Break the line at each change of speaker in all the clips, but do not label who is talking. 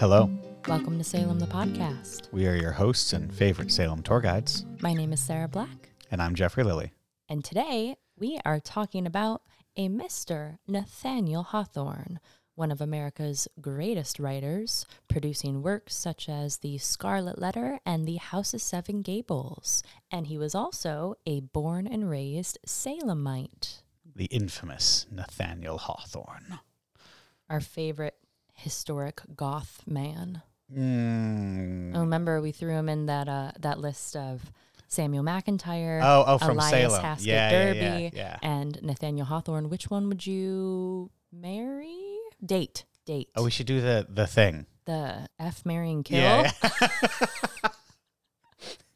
Welcome to Salem the Podcast.
We are your hosts and favorite Salem tour guides,
My name is Sarah Black,
and I'm Jeffrey Lilly.
and today we are talking about a Mr. Nathaniel Hawthorne, one of America's greatest writers, producing works such as The Scarlet Letter and The House of Seven Gables. And he was also a born and raised Salemite,
The infamous Nathaniel Hawthorne.
our favorite historic goth man.
Mm.
Oh, remember we threw him in that uh, that list of Samuel McIntyre.
Oh, oh, from
Elias
Salem.
Haskett
Yeah, yeah,
Derby,
yeah, yeah.
and Nathaniel Hawthorne. Which one would you marry? Date, date.
Oh, we should do the the thing.
the F marrying kill.
yeah.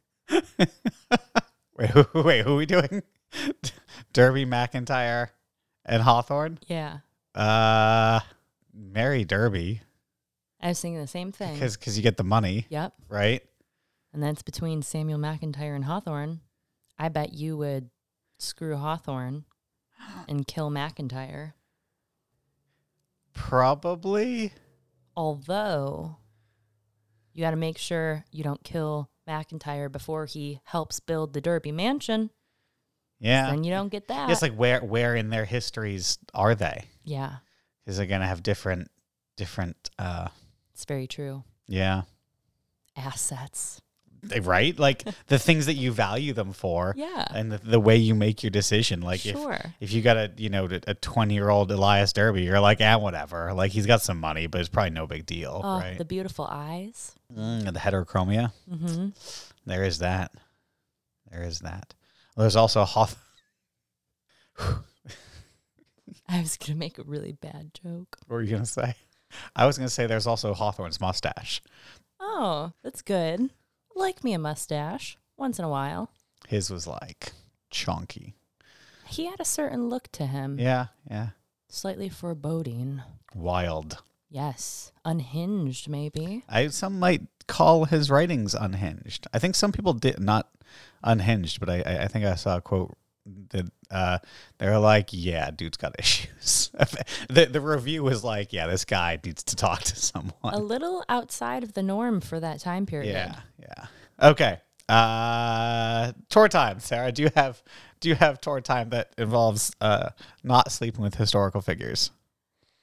wait, who, wait, who are we doing? Derby McIntyre and Hawthorne?
Yeah.
Uh, Mary Derby
I was thinking the same thing.
because you get the money,
Yep.
right?
And that's between Samuel McIntyre and Hawthorne. I bet you would screw Hawthorne and kill McIntyre.
Probably.
Although you got to make sure you don't kill McIntyre before he helps build the Derby mansion.
Yeah.
Then you don't get that.
It's like where where in their histories are they?
yeah,
Because they're gonna have different different uh
it's very true.
yeah.
Assets.
They- Right? Like the things that you value them for
Yeah.
and the, the way you make your decision. Like if
sure.
if you got a you know a twenty year old Elias Derby, you're like, ah, whatever. Like he's got some money, but it's probably no big deal,
oh,
right?
the beautiful eyes.
Mm, the heterochromia.
hmm
There is that. There is that. Well, there's also Hawth.
I was gonna make a really bad joke.
What were you gonna say? I was gonna say there's also Hawthorne's mustache.
Oh, that's good. Like me a mustache once in a while.
His was like chunky.
He had a certain look to him,
Yeah, yeah.
slightly foreboding.
Wild.
Yes, unhinged maybe.
I some might call his writings unhinged. I think some people did not unhinged, but I- I I think I saw a quote that uh, they were like, "Yeah, dude's got issues." the the review was like, "Yeah, this guy needs to talk to
A
someone."
little outside of the norm for that time period.
Yeah, yeah. Okay. Uh, tour time, Sarah. Do you have do you have tour time that involves uh not sleeping with historical figures?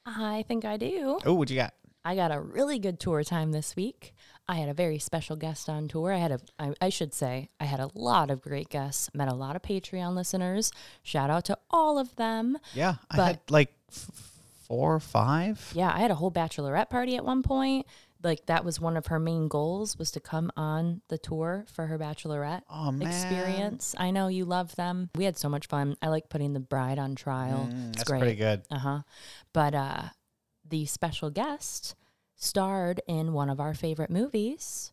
I think I do.
Oh, what you got?
I got a really good tour time this week. I had a very special guest on tour. I had a, I, I should say, I had a lot of great guests, met a lot of Patreon listeners. Shout out to all of them.
Yeah, I
But-
had like f- four or five.
Yeah, I had a whole bachelorette party at one point. Like that was one of her main goals was to come on the tour for her bachelorette
Oh man,
experience. I know you love them. We had so much fun. I like putting the bride on trial.
Mm,
it's
that's
great.
pretty good.
Uh huh. But uh, the special guest starred in one of our favorite movies,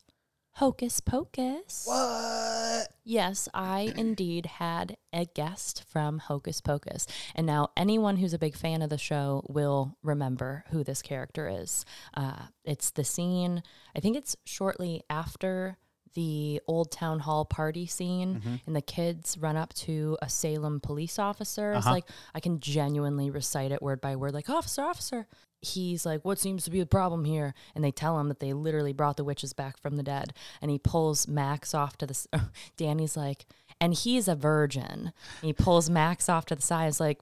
Hocus Pocus.
What?
Yes, I indeed had a guest from Hocus Pocus. And now, anyone who's a big fan of the show will remember who this character is. Uh, it's the scene, I think it's shortly after the old town hall party scene, and the kids run up to a Salem police officer. It's like, I can genuinely recite it word by word, like, officer, officer. He's like, What seems to be the problem here? And they tell him that they literally brought the witches back from the dead. And he pulls Max off to the. s- Danny's like, And he's a virgin. And he pulls Max off to the side. Is like,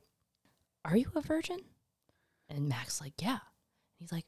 Are you a virgin? And Max's like, Yeah. He's like,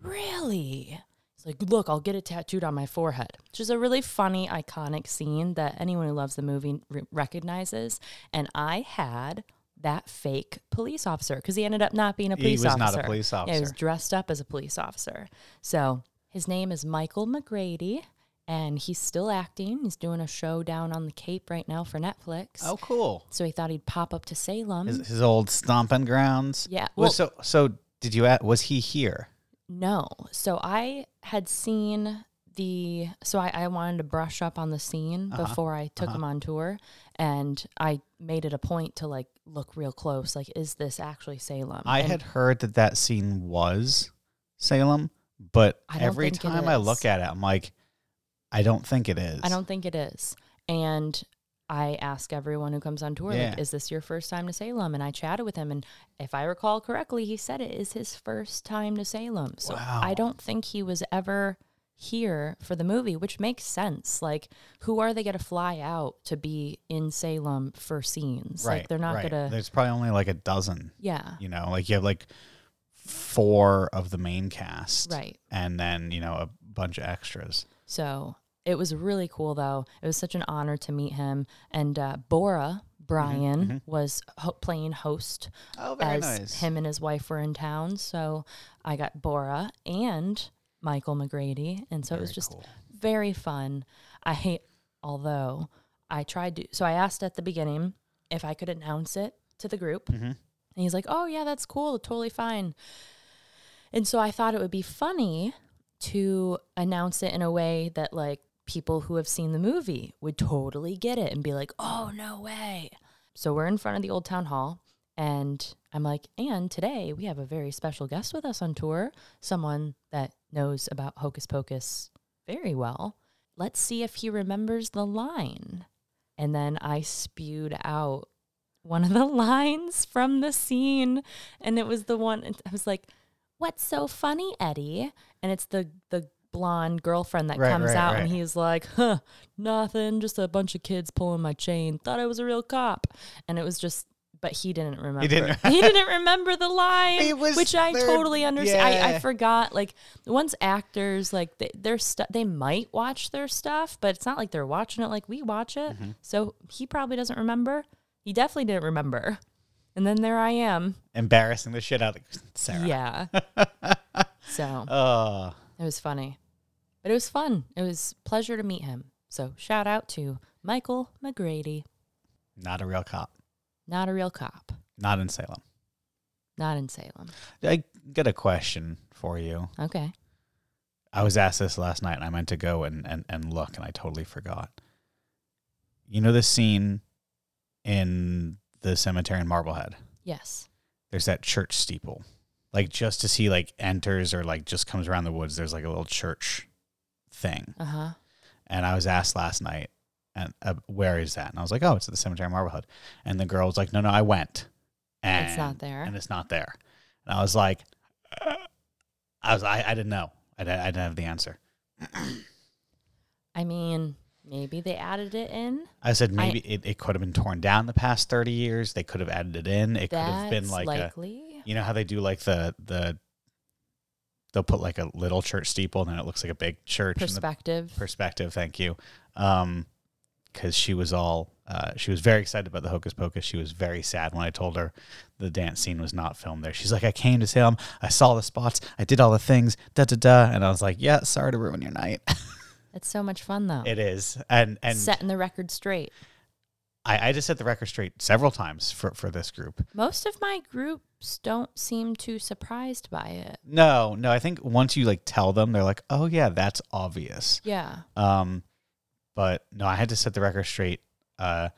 Really? He's like, Look, I'll get it tattooed on my forehead. Which is a really funny, iconic scene that anyone who loves the movie re- recognizes. And I had that fake police officer because he ended up not being a
He
police
was
officer.
not a police
Yeah, he was
officer.
dressed up as a police officer. So his name is Michael McGrady. And he's still acting. He's doing a show down on the Cape right now for Netflix.
Oh, cool.
So he thought he'd pop up to Salem.
His, his old stomping grounds.
Um, Yeah,
Well,
well-
so so did you? At, was he here?
No. So I had seen the so I, I wanted to brush up on the scene
Uh-huh.
before I took him on tour and I made it a point to like look real close. Like, is this actually Salem?
I
And
had heard that that scene was Salem, but
I don't
every
think it
time I
is.
look at it, I'm like, I don't think it is.
I don't think it is. And I ask everyone who comes on tour,
Yeah.
like, is this your first time to Salem? And I chatted with him and if I recall correctly, he said it is his first time to Salem. So
Wow.
I don't think he was ever here for the movie, which makes sense. Like, who are they going to fly out to be in Salem for scenes? Like, they're not
right.
going to.
There's probably only like a dozen.
Yeah.
You know, like you have like four of the main cast,
Right.
And then you know a bunch of extras.
So it was really cool, though. It was such an honor to meet him. And uh, Bora
Mm-hmm,
Brian was ho- playing host
Oh,
as him and his wife were in town. So I got Bora and Michael McGrady. And so it was just very fun. I hate, although I tried to, so I asked at the beginning if I could announce it to the group. And he's like, oh, yeah, that's cool. Totally fine. And so I thought it would be funny to announce it in a way that, like, people who have seen the movie would totally get it and be like, oh, no way. So we're in front of the old town hall. And I'm like, and today we have a very special guest with us on tour, someone that knows about Hocus Pocus very well. Let's see if he remembers the line. And then I spewed out one of the lines from the scene. And it was the one, I was like, What's so funny, Eddie? And it's the, the, blonde girlfriend that
Right,
comes
right,
out and
right.
he's like huh nothing just a bunch of kids pulling my chain thought i was a real cop and it was just but he didn't remember
didn't-
he didn't remember the line
It was
which i
their-
totally understand I, I
yeah.
forgot like once actors like they, their stuff they might watch their stuff but it's not like they're watching it like we watch it
Mm-hmm.
so he probably doesn't remember he definitely didn't remember and then there i am
Embarrassing the shit out of Sarah.
yeah so
Oh,
it was funny but it was fun it was pleasure to meet him so shout out to michael mcgrady
not a real cop.
not a real cop
Not in Salem.
not in salem
I got a question for you.
okay
I was asked this last night, and I meant to go and, and, and look, and I totally forgot. You know the scene in the cemetery in Marblehead?
yes
There's that church steeple. Like just as he like enters or like just comes around the woods, there's like a little church thing.
uh-huh
And I was asked last night, and uh, where is that? And I was like, oh, it's at the cemetery in Marblehead. And the girl was like, no, no, I went. And
It's not there.
And it's not there. And I was like, I was, I, I didn't know. I, di- I didn't have the answer.
i mean maybe they added it in
I said maybe it, it could have been torn down the past 30 years. They could have added it in. It could
That's
have been like a,
likely.
you know how they do like the, the, they'll put like a little church steeple and then it looks like a big church. and the
perspective.
perspective. Thank you. Um, because she was all, uh, she was very excited about the Hocus Pocus. She was very sad when I told her the dance scene was not filmed there. She's like, I came to Salem, I saw the spots, I did all the things, da da da. And I was like, Yeah, sorry to ruin your night.
it's so much fun though.
it is, and and
Setting the record straight.
I, I just set the record straight several times for for this group.
Most of my groups don't seem too surprised by it.
No, no, I think once you like tell them, they're like, Oh yeah, that's obvious.
Yeah.
Um, but no, I had to set the record straight. Uh,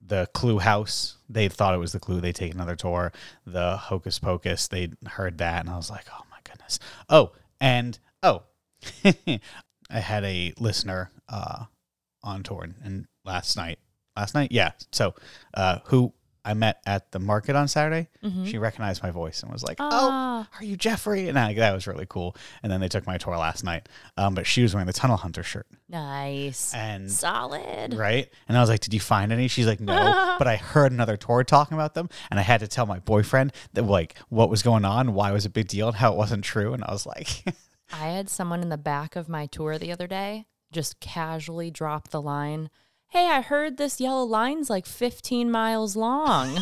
the Clue House, they thought it was the Clue. They take another tour. The Hocus Pocus, they heard that, and I was like, oh my goodness. Oh, and oh, I had a listener uh, on tour, and, and last night, last night, yeah. So, uh, who I met at the market on Saturday, she recognized my voice and was like, oh
Mm-hmm. Ah.
are you Jeffrey? And I, that was really cool. And then they took my tour last night. Um, but she was wearing the Tunnel Hunter shirt.
Nice.
And
Solid.
right. And I was like, Did you find any? She's like, No. but I heard another tour talking about them. And I had to tell my boyfriend that, like, what was going on, why it was a big deal, and how it wasn't true. And I was like,
I had someone in the back of my tour the other day just casually drop the line, "Hey, I heard this yellow line's like 15 miles long."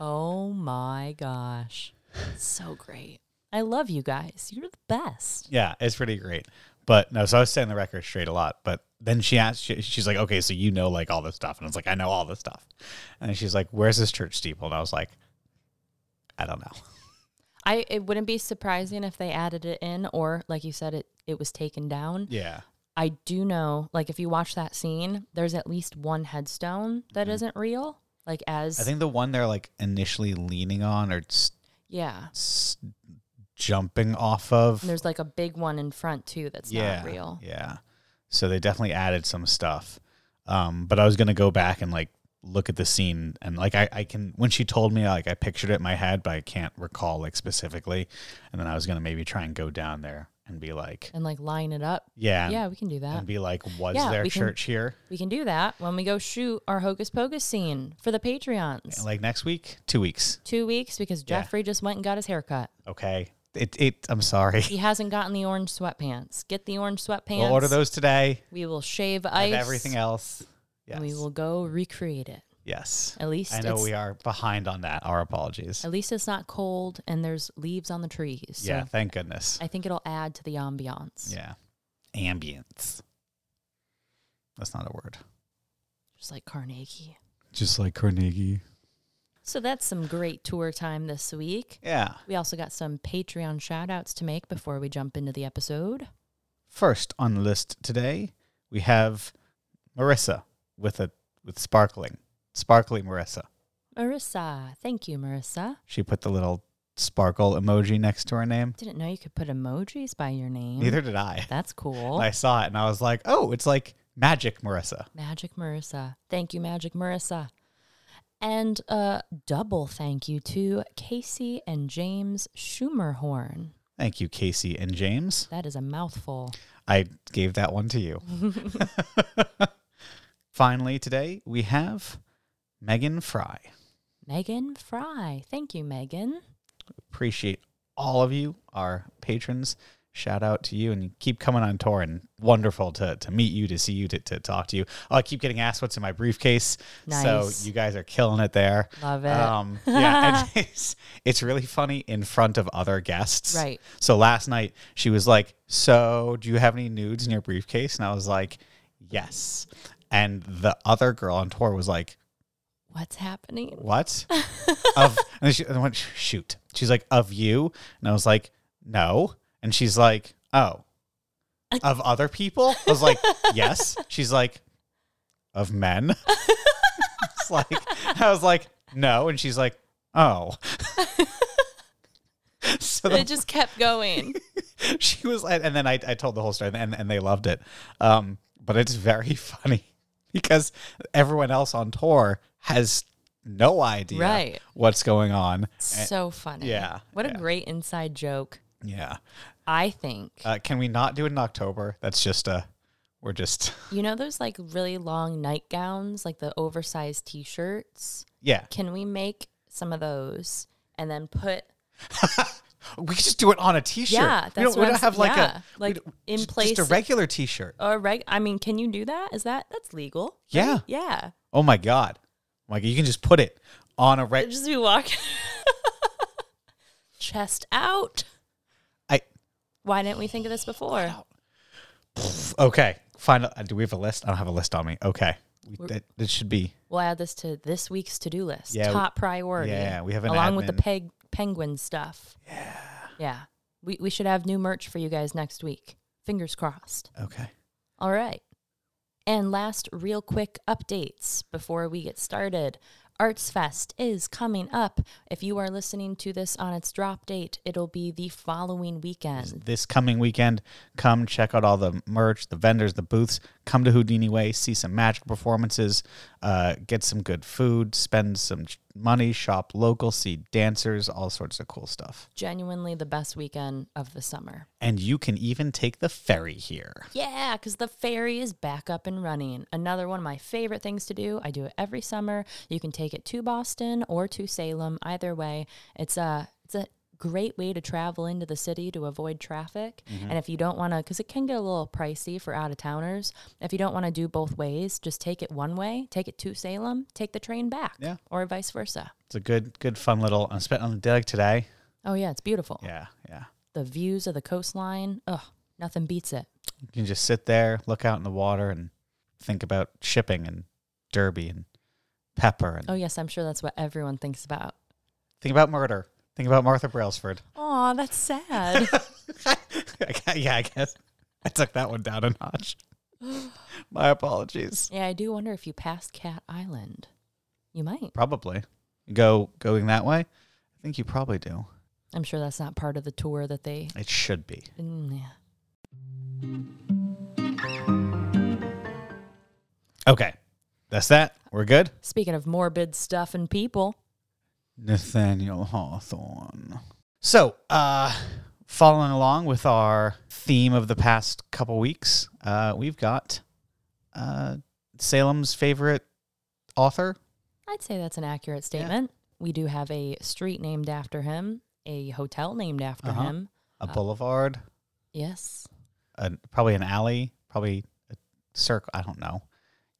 oh my gosh. So great. I love you guys. You're the best.
Yeah, it's pretty great. But no, so I was setting the record straight a lot. But then she asked, she, she's like, okay, so you know like all this stuff. And I was like, I know all this stuff. And then she's like, where's this church steeple? And I was like, I don't know.
I it wouldn't be surprising if they added it in or like you said it it was taken down.
Yeah.
I do know like if you watch that scene, there's at least one headstone that not real. Like as
Mm-hmm. I think the one they're like initially leaning on or s-
yeah.
s- jumping off of.
And there's like a big one in front too that's
yeah,
not real.
Yeah. So they definitely added some stuff. Um, but I was gonna go back and like look at the scene and like I, I can when she told me like I pictured it in my head, but I can't recall like specifically. And then I was gonna maybe try and go down there and be like,
and like line it up.
yeah,
yeah, we can do that.
and be like, was
Yeah,
there
we can-
church here?
we can do that when we go shoot our Hocus Pocus scene for the Patreons.
Like next week, two weeks,
Two weeks because
Yeah.
Jeffrey just went and got his haircut.
okay? It, it. I'm sorry.
He hasn't gotten the orange sweatpants. Get the orange sweatpants.
We'll order those today.
We will shave
Have
ice.
everything else. Yes.
and We will go recreate it.
Yes.
At least
I know
it's,
we are behind on that. Our apologies.
At least it's not cold and there's leaves on the trees. So
yeah. Thank goodness.
I think it'll add to the ambiance.
yeah. Ambience. That's not a word.
Just like Carnegie.
Just like Carnegie.
So that's some great tour time this week.
Yeah.
We also got some Patreon shout outs to make before we jump into the episode.
First on the list today, we have Marissa with a with sparkling, sparkly Marissa.
Marissa. Thank you, Marissa.
She put the little sparkle emoji next to her name.
Didn't know you could put emojis by your name.
Neither did I.
That's Mm. cool.
I saw it and I was like, oh, it's like magic, Marissa.
Magic Marissa. Thank you, Magic Marissa. And a double thank you to Casey and James Schumerhorn.
Thank you, Casey and James.
That is a mouthful.
I gave that one to you. Finally, today we have Megan Fry.
Megan Fry. Thank you, Megan.
Appreciate all of you, our patrons. Shout out to you and keep coming on tour and wonderful to, to meet you, to see you, to, to talk to you. Oh, I keep getting asked what's in my briefcase.
Nice.
So you guys are killing it there.
Love it.
Um, yeah, and it's, it's really funny in front of other guests.
Right.
So last night she was like, "So, do you have any nudes in your briefcase?" And I was like, "Yes." And the other girl on tour was like,
What's happening?
"What?" of and then she and I went, "Shoot." She's like, "Of you?" And I was like, "No." And she's like, "Oh." Of other people? I was like, "Yes." She's like, "Of men?" it's like I was like, "No." And she's like, "Oh." so the
It just kept going.
she was and and then I, I told the whole story and, and they loved it um but it's very funny because everyone else on tour has no idea
Right.
what's going on
so funny.
yeah,
What
yeah.
a great inside joke.
yeah
I think.
uh, can we not do it in october that's just uh we're just
you know those like really long nightgowns, like the oversized t shirts?
yeah
Can we make some of those and then put
we could just do it on a t-shirt
Yeah,
we
that's
don't,
what
we
I'm
don't
s-
have like
yeah,
a
like,
we don't-
in
just-
place-
just a regular t-shirt
Or right? I mean, can you do that? Is that that's legal?
yeah
Yeah,
oh my god like you can just put it on a
It'd
right
just be walking chest out.
i
Why didn't we think of this before?
okay fine uh, do we have a list i don't have a list on me okay we, that, that should be
We'll add this to this week's to do list.
Yeah, we-
Top priority.
yeah, we have an
along with the
admin.
peg penguin stuff. Yeah, yeah. We we should have new merch for you guys next week. Fingers crossed.
okay
All right. And last, real quick updates before we get started. Arts Fest is coming up. If you are listening to this on its drop date, it'll be the following weekend.
this coming weekend. Come check out all the merch, the vendors, the booths. Come to Houdini Way, see some magic performances, uh, get some good food, spend some ch- money, shop local, see dancers, all sorts of cool stuff.
Genuinely the best weekend of the summer.
And you can even take the ferry here.
Yeah, because the ferry is back up and running. Another one of my favorite things to do. I do it every summer. You can take it to Boston or to Salem. Either way, it's a it's a great way to travel into the city to avoid traffic.
Mm-hmm.
And if you don't want to, because it can get a little pricey for out of towners. If you don't want to do both ways, just take it one way. Take it to Salem. Take the train back.
Yeah.
Or vice versa.
It's a good, good, fun little. I spent on the day like today.
Oh yeah, it's beautiful.
Yeah, yeah.
The views of the coastline. Ugh, nothing beats it.
You can just sit there, look out in the water, and think about shipping and Derby and Pepper and
Oh yes, I'm sure that's what everyone thinks about.
think about murder. Think about Martha Brailsford.
Aw, that's sad.
yeah, I guess I took that one down a notch. My apologies.
Yeah, I do wonder if you passed Cat Island. You might.
Probably go going that way. I think you probably do.
I'm sure that's not part of the tour that they.
It should be.
Mm, yeah.
Okay, that's that. We're good.
Speaking of morbid stuff and people,
Nathaniel Hawthorne. So, uh, following along with our theme of the past couple weeks, uh, we've got uh, Salem's favorite author.
I'd say that's an accurate statement. We do have a street named after him, a hotel named after
Uh-huh.
him.
a boulevard,
Yes.
a, probably an alley, probably a circle. I don't know.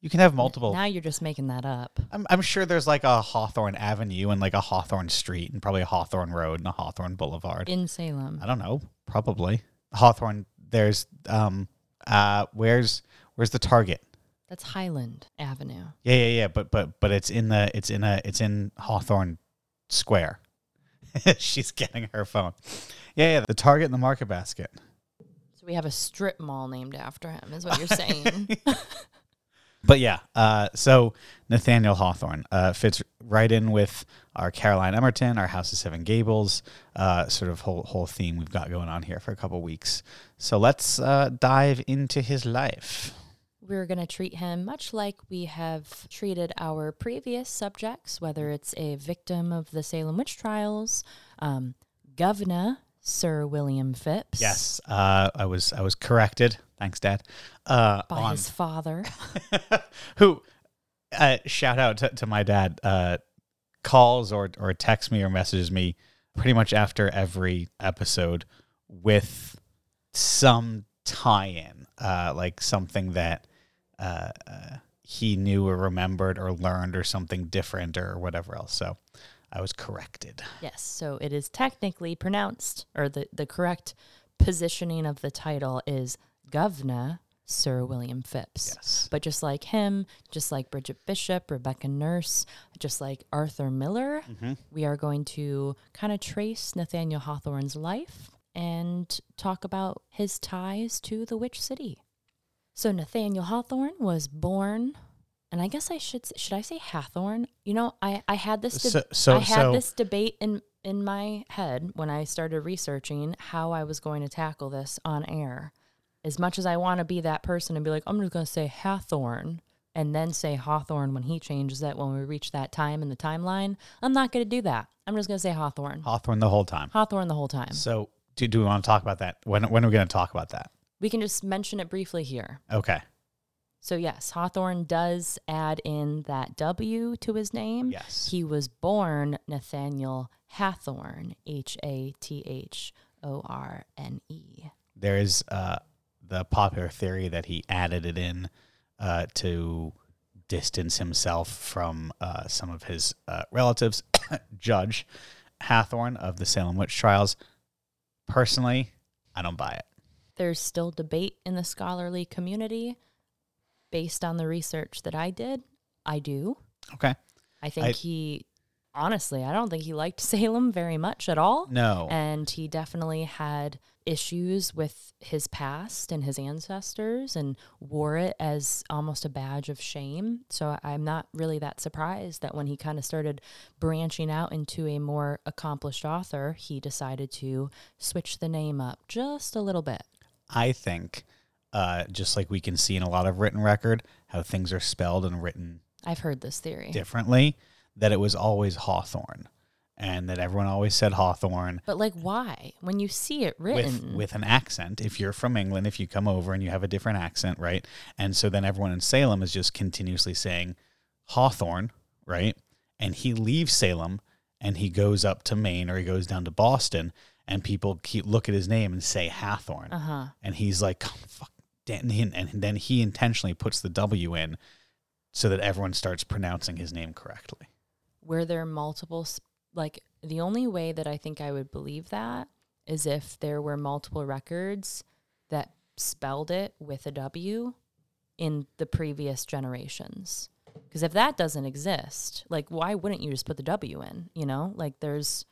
You can have multiple.
Now you're just making that up.
I'm, I'm sure there's like a Hawthorne Avenue and like a Hawthorne Street and probably a Hawthorne Road and a Hawthorne Boulevard.
In Salem.
I don't know. Probably Hawthorne. There's um uh where's where's the Target?
That's Highland Avenue.
Yeah, yeah, yeah. But but but it's in the it's in a it's in Hawthorne Square. She's getting her phone. Yeah, yeah. The Target and the Market Basket.
So we have a strip mall named after him, is what you're saying.
But yeah, uh, so Nathaniel Hawthorne uh, fits right in with our Caroline Emerton, our House of Seven Gables, uh, sort of whole whole theme we've got going on here for a couple weeks. So let's uh, dive into his life.
We're going to treat him much like we have treated our previous subjects, whether it's a victim of the Salem witch trials, um, Governor Sir William Phipps,
Yes, uh, I was I was corrected. Thanks, Dad. Uh,
by
on
his father.
who uh, shout out to, to my dad uh, calls or or texts me or messages me pretty much after every episode with some tie-in uh, like something that uh, uh, he knew or remembered or learned or something different or whatever else so i was corrected
yes, so it is technically pronounced, or the, the correct positioning of the title is Governor Sir William Phipps.
yes
But just like him, just like Bridget Bishop, Rebecca Nurse, just like Arthur Miller,
Mm-hmm.
we are going to kind of trace Nathaniel Hawthorne's life and talk about his ties to the Witch City. So Nathaniel Hawthorne was born, and I guess I should s- should I say Hathorne? You know, I I had this deb-
So- so-
I had
so-
this debate in in my head when I started researching how I was going to tackle this on air as much as I want to be that person and be like, I'm just going to say Hathorne and then say Hawthorne when he changes it when we reach that time in the timeline, I'm not going to do that. I'm just going to say Hawthorne.
hawthorne the whole time
Hawthorne the whole time.
so do, do we want to talk about that when, when are we going to talk about that
We can just mention it briefly here.
okay
So, yes, Hawthorne does add in that W to his name.
yes
He was born Nathaniel Hathorne, H A T H O R N E.
there is uh, the popular theory that he added it in uh, to distance himself from uh, some of his uh, relatives. Judge Hathorne of the Salem witch trials. Personally, I don't buy it.
There's still debate in the scholarly community based on the research that I did. I do.
Okay.
I think
I-
he, honestly, I don't think he liked Salem very much at all.
No.
And he definitely had issues with his past and his ancestors and wore it as almost a badge of shame. So I'm not really that surprised that when he kind of started branching out into a more accomplished author, he decided to switch the name up just a little bit.
I think, uh, just like we can see in a lot of written record, how things are spelled and written
I've heard this theory.
differently, that it was always Hawthorne and that everyone always said Hawthorne
But like why? When you see it
with
written,
with an accent. If you're from England, if you come over and you have a different accent, right? And so then everyone in Salem is just continuously saying Hawthorne, right? And he leaves Salem and he goes up to Maine or he goes down to Boston and people keep look at his name and say Hathorne.
uh-huh.
And he's like, "Come fuck Dan-" and and then he intentionally puts the W in so that everyone starts pronouncing his name correctly.
were there multiple s- like the only way that i think i would believe that is if there were multiple records that spelled it with a w in the previous generations because if that doesn't exist like why wouldn't you just put the w in you know like there's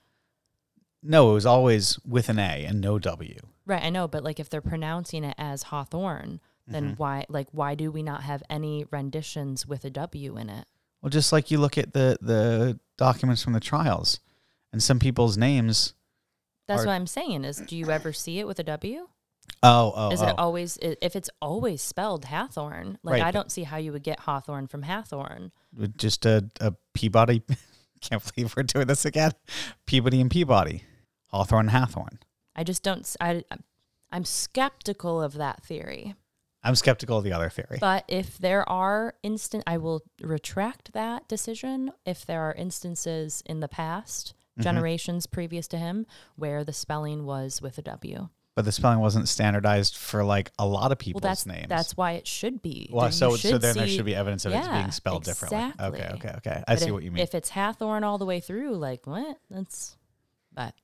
No, it was always with an A and no W.
right i know but like if they're pronouncing it as hawthorne then
Mm-hmm.
why like why do we not have any renditions with a w in it
Well, just like you look at the the documents from the trials, and some people's names.
that's
Are-
what i'm saying is do you ever see it with a w
Oh, oh,
Is
oh.
it always i- if it's always spelled Hathorn? Like
Right,
I
but-
don't see how you would get Hawthorne from Hathorn.
With just a, a Peabody. Can't believe we're doing this again. Peabody and Peabody, Hawthorne and Hathorne.
I just don't. s- I am skeptical of that theory.
I'm skeptical of the other theory.
But if there are instant, I will retract that decision. If there are instances in the past,
Mm-hmm.
generations previous to him, where the spelling was with a W.
But the spelling wasn't standardized for like a lot
Well,
of people's
that's
names.
that's why it should be.
well,
You
so so
should
then there
see-
should be evidence of it's
yeah,
being spelled differently. Okay,
exactly.
okay, okay. I
But
see
if-
what you mean.
If it's Hathorn all the way through, like what? That's but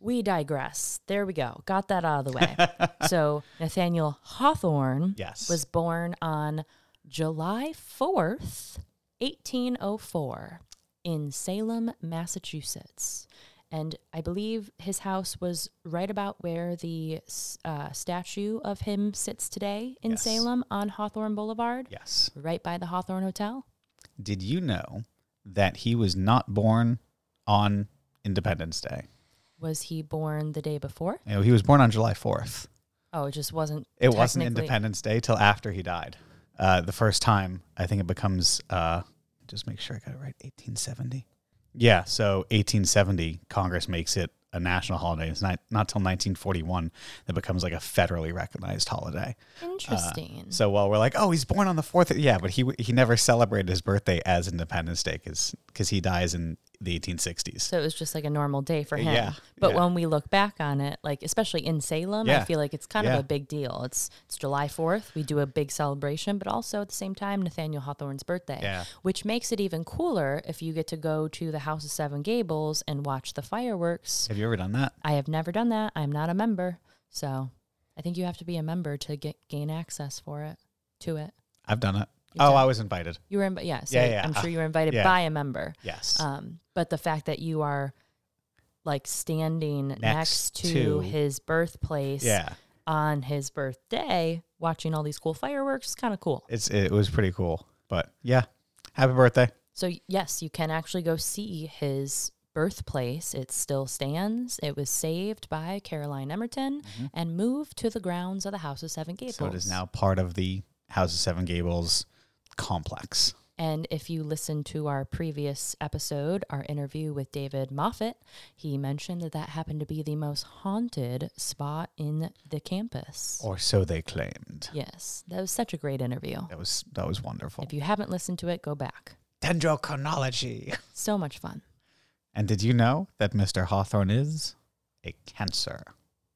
we digress. There we go. Got that out of the way. so Nathaniel Hawthorne
Yes.
was born on July fourth, eighteen oh four, in Salem, Massachusetts. And I believe his house was right about where the s- uh, statue of him sits today in
Yes.
Salem on Hawthorne Boulevard,
yes.
right by the Hawthorne Hotel.
Did you know that he was not born on Independence Day?
Was he born the day before?
You know, he was born on July 4th.
Oh, it just wasn't.
It wasn't
technically-
Independence Day till after he died. Uh, the first time, I think it becomes, uh, just make sure I got it right, 1870. Yeah, so 1870, Congress makes it a national holiday. It's not, not till 1941 that becomes like a federally recognized holiday.
Interesting.
So while we're like, oh, he's born on the 4th, yeah, but he w- he never celebrated his birthday as Independence Day because he dies in the 1860s.
so it was just like a normal day for him.
Yeah,
But
yeah.
when we look back on it, like especially in Salem, I
Yeah,
feel like it's kind of
yeah.
a big deal. It's it's July Fourth. We do a big celebration, but also at the same time, Nathaniel Hawthorne's birthday,
Yeah.
which makes it even cooler if you get to go to the House of Seven Gables and watch the fireworks.
Have you ever done that?
I have never done that. I'm not a member, so I think you have to be a member to get gain access for it to it.
I've done it.
You
Oh,
done-
I was invited.
You were invited. Yeah, so
Yeah, yeah.
I'm
Ah,
sure you were invited
yeah.
by a member.
Yes.
Um, but the fact that you are like standing next,
Next
to,
to-
his birthplace
yeah.
on his birthday, watching all these cool fireworks is kind of cool.
It's it was pretty cool. But yeah. Happy birthday.
So yes, you can actually go see his birthplace. It still stands. It was saved by Caroline Emerton and moved to the grounds of the House of Seven Gables.
Mm-hmm. So it is now part of the House of Seven Gables complex.
And if you listen to our previous episode, our interview with David Moffat, he mentioned that that happened to be the most haunted spot in the campus.
Or so they claimed.
Yes, that was such a great interview.
That was that was wonderful.
If you haven't listened to it, go back.
Dendrochronology.
So much fun.
And did you know that Mr. Hawthorne is a cancer?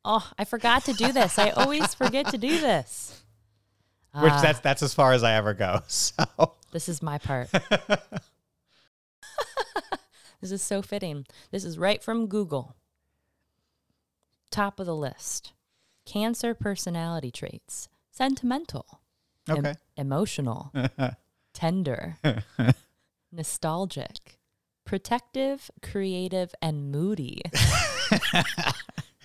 Oh, I forgot to do this. I always forget to do this.
Which
Ah,
that's that's as far as I ever go. So
this is my part. this is so fitting. This is right from Google. Top of the list. Cancer personality traits. Sentimental. em-
Okay.
emotional. tender. nostalgic. Protective, creative, and moody.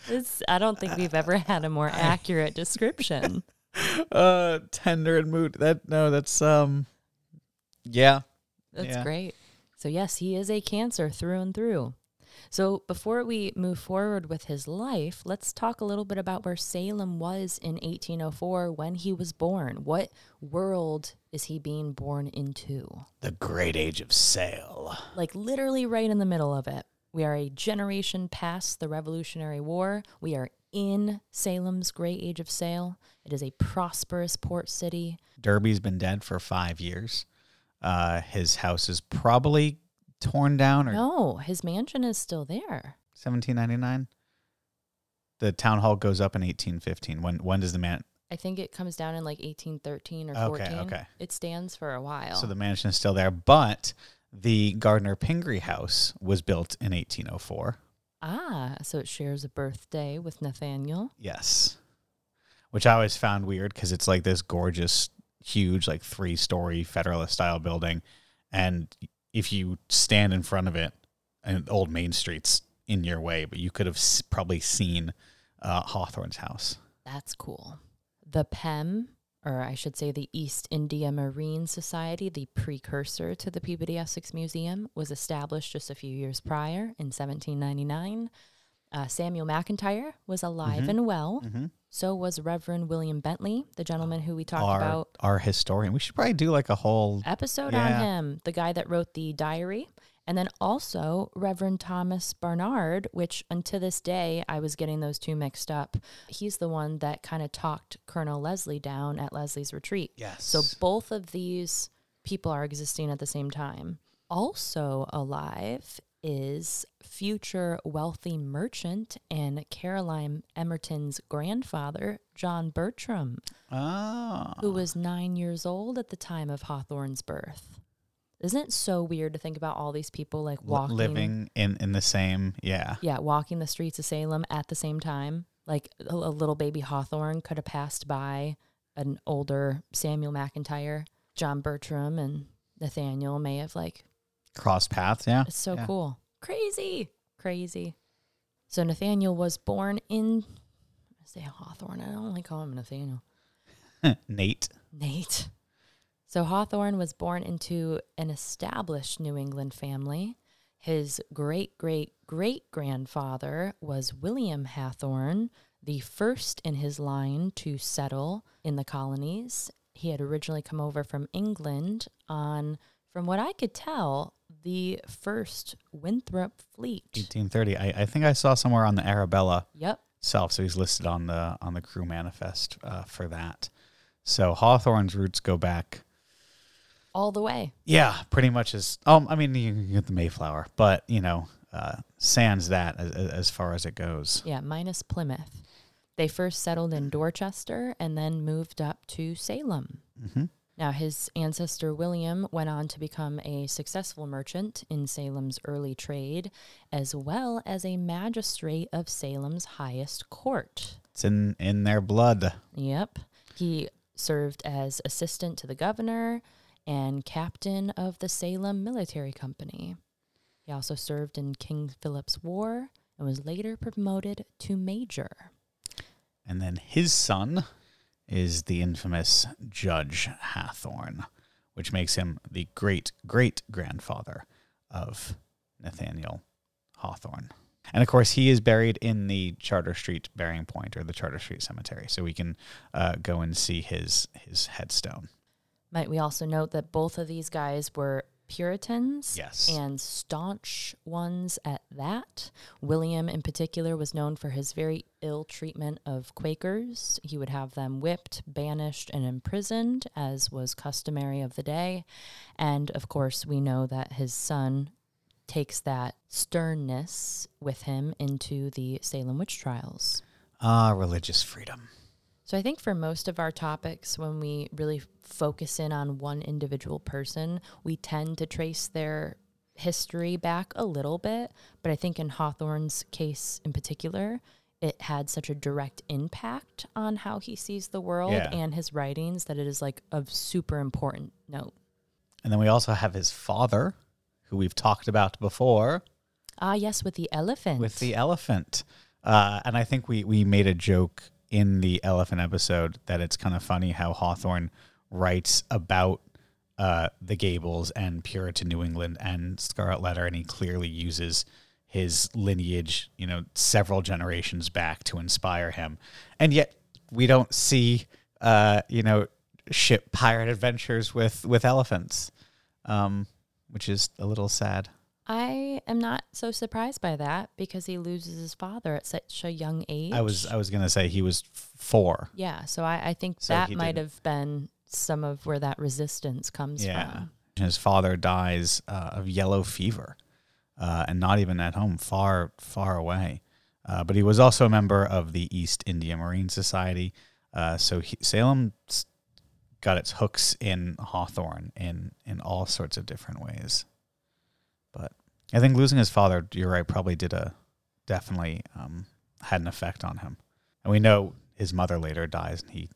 this, I don't think we've ever had a more accurate description.
uh tender and mood. That no, that's um Yeah.
That's
Yeah.
great. So, yes, he is a cancer through and through. So, before we move forward with his life, let's talk a little bit about where Salem was in 1804 when he was born. What world is he being born into?
The great age of sail.
Like, literally right in the middle of it. We are a generation past the Revolutionary War. We are in Salem's great age of sail. It is a prosperous port city.
Derby's been dead for five years. Uh, his house is probably torn down or
No, his mansion is still there.
1799. The town hall goes up in 1815. When when does the man?
I think it comes down in like 1813 or
Okay,
14.
okay.
It stands for a while.
So the mansion is still there, but the Gardner Pingree house was built in 1804.
ah, so it shares a birthday with Nathaniel.
Yes, which I always found weird because it's like this gorgeous, huge, like three story Federalist style building, and if you stand in front of it, and old Main Street's in your way, but you could have s- probably seen uh, Hawthorne's house.
That's cool. The PEM, or I should say the East India Marine Society, the precursor to the Peabody Essex Museum, was established just a few years prior in 1799. Uh, Samuel McIntyre was alive
Mm-hmm.
and well. So was Reverend William Bentley, the gentleman who we talked
our
about
our historian. We should probably do like a whole
episode
Yeah.
on him, the guy that wrote the diary And then also Reverend Thomas Barnard, which until this day I was getting those two mixed up. He's the one that kind of talked Colonel Leslie down at Leslie's retreat.
Yes.
So both of these people are existing at the same time. Also alive is future wealthy merchant and Caroline Emerton's grandfather, John Bertram,
Ah.
who was nine years old at the time of Hawthorne's birth. Isn't it so weird to think about all these people like
Li-
walking,
Living in, in the same, yeah.
yeah, walking the streets of Salem at the same time? Like a, a little baby Hawthorne could have passed by an older Samuel McIntyre, John Bertram, and Nathaniel may have like
Cross paths, yeah.
It's so
Yeah.
cool. Crazy. Crazy. So Nathaniel was born in I say Hawthorne. I don't like call him Nathaniel.
Nate.
Nate. So Hawthorne was born into an established New England family. His great great great grandfather was William Hathorne, the first in his line to settle in the colonies. He had originally come over from England on, from what I could tell, the first Winthrop fleet.
1830. I, I think I saw somewhere on the Arabella
Yep.
self, so he's listed on the on the crew manifest uh, for that. So Hawthorne's roots go back,
All the way.
yeah, pretty much as um. I mean, you you get the Mayflower, but you know, uh, sans that as, as as far as it goes.
Yeah, minus Plymouth. They first settled in Dorchester and then moved up to Salem.
Mm-hmm.
Now, his ancestor William went on to become a successful merchant in Salem's early trade, as well as a magistrate of Salem's highest court.
It's in in their blood.
Yep. He served as assistant to the governor and captain of the Salem Military Company. He also served in King Philip's War and was later promoted to major.
And then his son is the infamous Judge Hathorne, which makes him the great great grandfather of Nathaniel Hawthorne. And of course, he is buried in the Charter Street burying point or the Charter Street Cemetery, so we can uh, go and see his his headstone.
Might we also note that both of these guys were Puritans?
Yes.
And staunch ones at that. William, in particular, was known for his very ill treatment of Quakers. He would have them whipped, banished, and imprisoned, as was customary of the day. And of course, we know that his son takes that sternness with him into the Salem witch trials.
Ah, religious freedom.
So I think for most of our topics, when we really focus in on one individual person, we tend to trace their history back a little bit. But I think in Hawthorne's case in particular, it had such a direct impact on how he sees the world
Yeah.
and his writings that it is like of super important note.
And then we also have his father, who we've talked about before.
Ah, yes, with the elephant.
with the elephant. Uh, and I think we, we made a joke in the elephant episode that it's kind of funny how Hawthorne writes about uh, the Gables and Puritan New England and Scarlet Letter, and he clearly uses his lineage, you know, several generations back to inspire him. And yet we don't see, uh, you know, ship pirate adventures with, with elephants, um, which is a little sad.
I am not so surprised by that because he loses his father at such a young age.
I was I was gonna say he was f- four.
Yeah, so I, I think
So
that
he
might
didn't-
have been some of where that resistance comes from.
His father dies uh, of yellow fever uh, and not even at home, far, far away. Uh, but he was also a member of the East India Marine Society. Uh, so he, Salem s- got its hooks in Hawthorne in, in all sorts of different ways. But I think losing his father, you're right, probably did a definitely um, had an effect on him. And we know his mother later dies, and he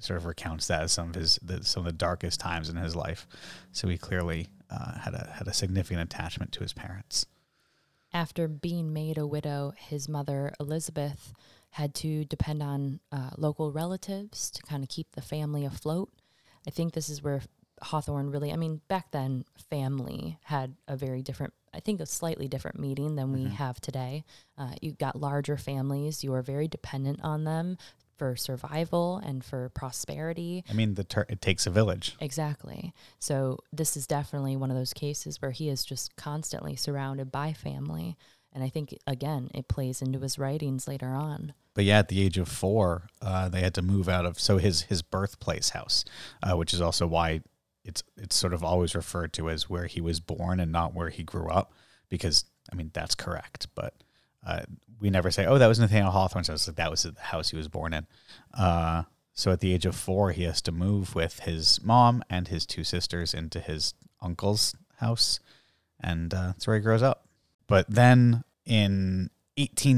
sort of recounts that as some of his the, some of the darkest times in his life. So he clearly uh, had a had a significant attachment to his parents.
After being made a widow, his mother, Elizabeth, had to depend on uh, local relatives to kind of keep the family afloat. I think this is where Hawthorne really, I mean, back then, family had a very different, I think, a slightly different
Mm-hmm.
meaning than we have today. Uh, you got larger families, you are very dependent on them for survival and for prosperity.
I mean, the ter- it takes a village.
Exactly. So this is definitely one of those cases where he is just constantly surrounded by family. And I think again, it plays into his writings later on.
But yeah, at the age of four, uh, they had to move out of so his his birthplace house, uh, which is also why it's it's sort of always referred to as where he was born and not where he grew up, because I mean that's correct, but uh, we never say, oh, that was Nathaniel Hawthorne's house. Like that was the house he was born in. Uh, so at the age of four, he has to move with his mom and his two sisters into his uncle's house, and uh, that's where he grows up. But then in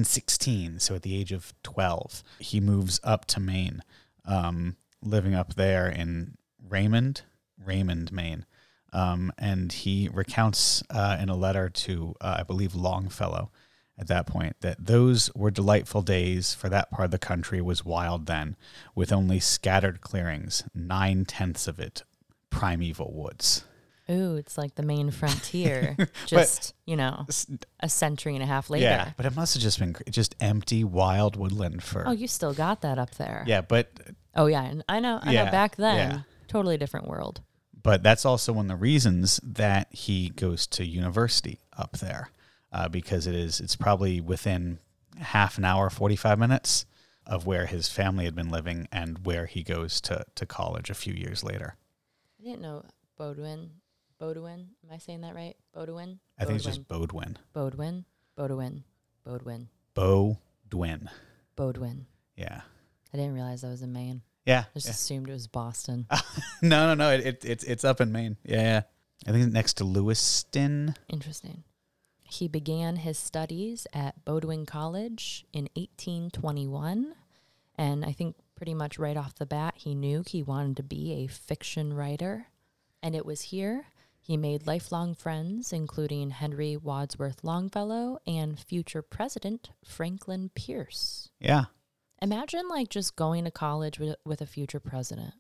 1816, so at the age of 12, he moves up to Maine, um, living up there in Raymond, Raymond, Maine. Um, and he recounts uh, in a letter to, uh, I believe, Longfellow at that point that those were delightful days for that part of the country was wild then, with only scattered clearings, nine tenths of it primeval woods.
Ooh, it's like the main frontier. just, you know, a century and a half later.
Yeah, but it must have just been cr- just empty wild woodland for.
Oh, you still got that up there.
yeah, but
Oh yeah, and I know I
Yeah,
know back then.
yeah.
Totally different world.
but that's also one of the reasons that he goes to university up there uh, because it is it's probably within half an hour 45 minutes of where his family had been living and where he goes to, to college a few years later
I didn't know Bodwin. Bodwin. Am I saying that right? Bodwin?
i think it's just bodwin
Bodwin. Bodwin. Bodwin.
bodwin
Bodwin.
yeah
I didn't realize that was in Maine.
yeah, Ah.
I just assumed it was Boston.
yeah. no no no it, it, it's it's up in maine yeah, yeah i think it's next to lewiston
Interesting. He began his studies at Bodwin College in 1821. And I think pretty much right off the bat, he knew he wanted to be a fiction writer. And it was here he made lifelong friends, including Henry Wadsworth Longfellow and future president Franklin Pierce.
yeah
Imagine like just going to college with, with a future president.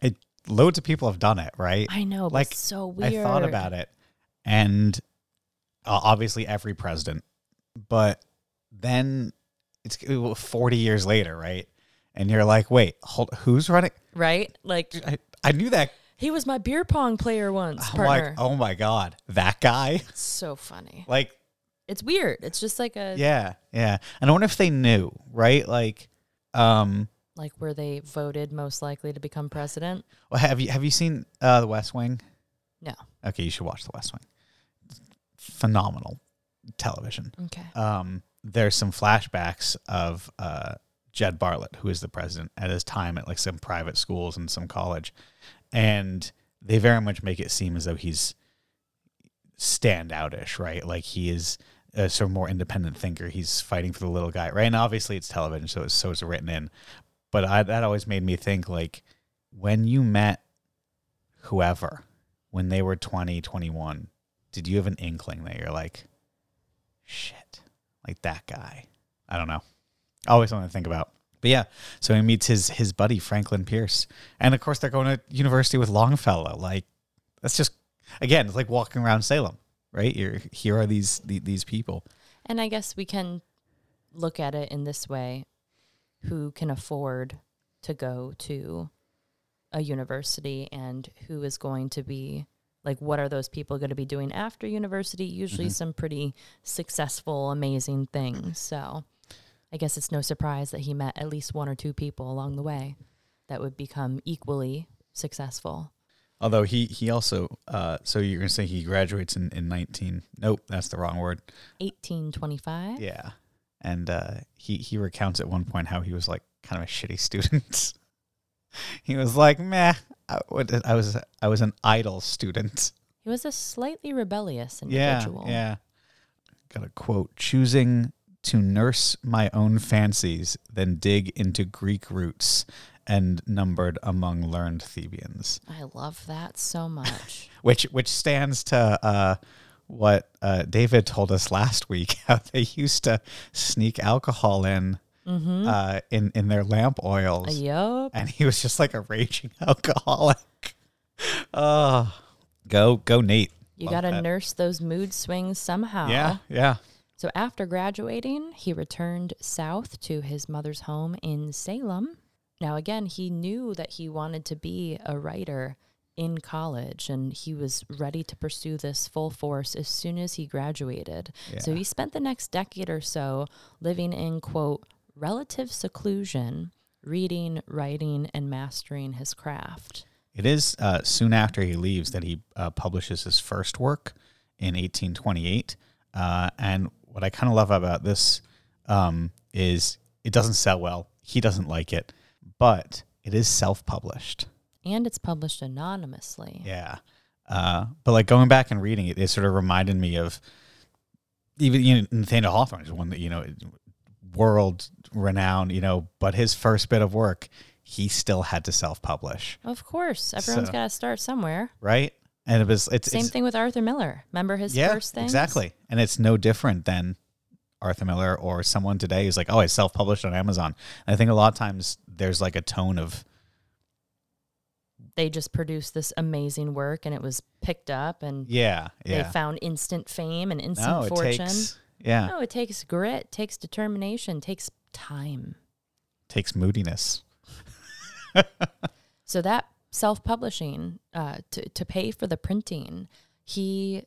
it loads of people have done it right
I know, but
Like,
it's so weird.
I thought about it, and uh, obviously every president, but then it's uh, forty years later, right? And you're like, wait, hold, who's running?
right? Like
I, I knew that.
he was my beer pong player once.
I'm
partner.
like, oh my god, that guy.
So funny.
Like,
It's weird. It's just like a
yeah, yeah. And I wonder if they knew, right? Like, um,
like where they voted most likely to become president.
well, have you have you seen uh, the West Wing?
No.
Okay, you should watch the West Wing. Phenomenal television.
Okay.
um, there's some flashbacks of uh, Jed Bartlett, who is the president at his time at like some private schools and some college, and they very much make it seem as though he's standoutish, right? Like he is a sort of more independent thinker. He's fighting for the little guy, right? And obviously it's television, so it's so it's written in. But I, that always made me think like when you met whoever when they were 20, 21, did you have an inkling that you're like, shit, like that guy. I don't know. Always something to think about. But yeah, so he meets his his buddy Franklin Pierce, and of course they're going to university with Longfellow. Like that's just again, it's like walking around Salem, right? You're, here are these the, these people.
And I guess we can look at it in this way who can afford to go to a university and who is going to be like what are those people going to be doing after university usually
Mm-hmm.
some pretty successful amazing things so i guess it's no surprise that he met at least one or two people along the way that would become equally successful
Although he he also uh, so you're gonna say he graduates in in nineteen. Nope, that's the wrong word.
1825
Yeah, and uh, he he recounts at one point how he was like kind of a shitty student. he was like, "Meh, I, what- I was I was an idle student."
he was a slightly rebellious
Yeah,
individual
yeah. Got a quote: "Choosing to nurse my own fancies, then dig into Greek roots." And numbered among learned Thebians,
i love that so much
which which stands to uh, what uh, David told us last week, how they used to sneak alcohol in
mm-hmm
uh, in in their lamp oils,
Yup.
and he was just like a raging alcoholic. Oh, go go Nate!
You
Love
got to
that.
nurse those mood swings somehow.
Yeah, yeah.
So after graduating, he returned south to his mother's home in Salem. Now, again, he knew that he wanted to be a writer in college and he was ready to pursue this full force as soon as he graduated. So
Yeah.
he spent the next decade or so living in, quote, relative seclusion, reading, writing, and mastering his craft.
It is uh, soon after he leaves that he uh, publishes his first work in 1828. Uh, and what I kind of love about this um, is it doesn't sell well. He doesn't like it, but it is self published.
And it's published anonymously.
Yeah. Uh, but like going back and reading it, it sort of reminded me of even you know, Nathaniel Hawthorne is one that, you know, world renowned, you know, but his first bit of work, he still had to self publish,
Of course, everyone's
So-
got to start somewhere.
right? And it was, it's,
Same
it's
thing with Arthur Miller. Remember his first thing?
Exactly. And it's no different than Arthur Miller or someone today who's like, oh, I self published on Amazon. And I think a lot of times there's like a tone of,
They just produced this amazing work and it was picked up and
yeah, yeah.
they found instant fame and instant
no, it
fortune. Oh.
takes, yeah,
no, it takes grit, takes determination, takes time.
takes moodiness.
So that self-publishing uh, to to pay for the printing, he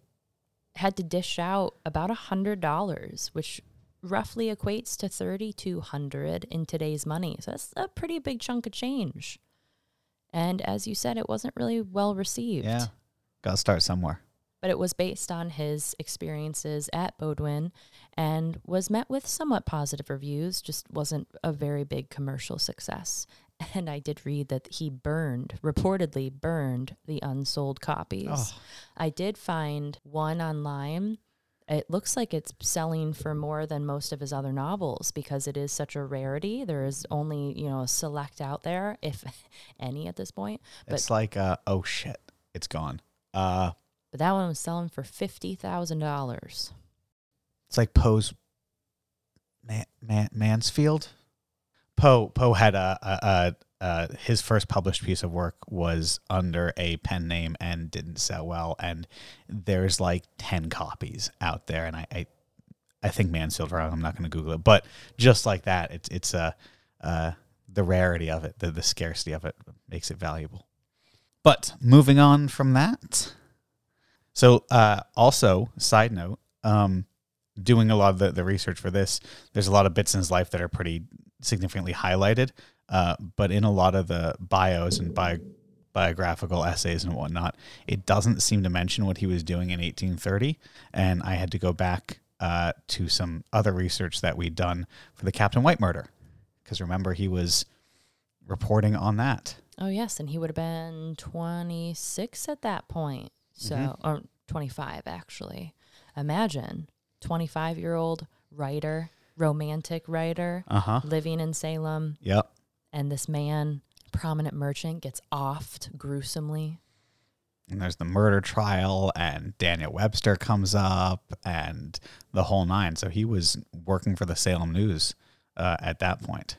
had to dish out about a hundred dollars, which roughly equates to thirty two hundred in today's money. So that's a pretty big chunk of change. And as you said, it wasn't really well received.
Yeah. Got to start somewhere.
But it was based on his experiences at Bodwin and was met with somewhat positive reviews, just wasn't a very big commercial success. And I did read that he burned, reportedly burned the unsold copies.
Oh.
I did find one online. It looks like it's selling for more than most of his other novels because it is such a rarity. There is only, you know, a select out there, if any at this point. But
It's like, uh, oh shit, it's gone. Uh,
but that one was selling for fifty thousand dollars.
it's like Poe's Man, Man, Mansfield. Poe Poe had a, a, a, a his first published piece of work was under a pen name and didn't sell well, and there's like ten copies out there, and I I, I think Mansfield wrong. I'm not going to Google it, but just like that, it's it's a uh, the rarity of it, the, the scarcity of it makes it valuable. But moving on from that, so uh, also side note. Um, doing a lot of the, the research for this, there's a lot of bits in his life that are pretty significantly highlighted. Uh, but in a lot of the bios and bi- biographical essays and whatnot, it doesn't seem to mention what he was doing in 1830. And I had to go back uh, to some other research that we'd done for the Captain White murder. Because remember, he was reporting on that.
Oh yes, and he would have been twenty six at that point. So
Mm-hmm.
or twenty five actually. Imagine twenty five year old writer, romantic writer,
Uh huh.
living in Salem,
Yep.
and this man, prominent merchant, gets offed gruesomely.
and there's the murder trial and Daniel Webster comes up and the whole nine. So he was working for the Salem News uh, at that point.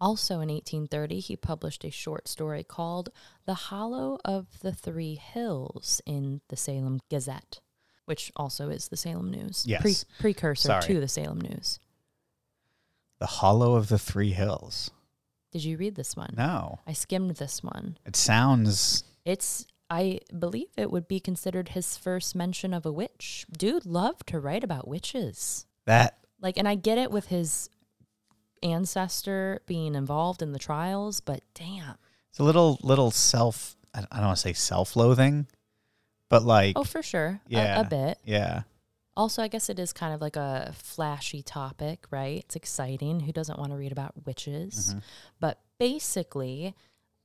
Also in 1830, he published a short story called The Hollow of the Three Hills in the Salem Gazette, which also is the Salem News.
Yes.
precursor
Sorry.
to the Salem News.
The Hollow of the Three Hills.
Did you read this one?
No,
I skimmed this one.
it sounds
It's, I believe it would be considered his first mention of a witch. Dude loved to write about witches.
that
Like, and I get it with his ancestor being involved in the trials, but damn.
it's a little little self. I don't want to say self-loathing, but like
Oh, for sure. A-
yeah,
a bit.
yeah.
Also, I guess it is kind of like a flashy topic, right? It's exciting. Who doesn't want to read about witches? But basically,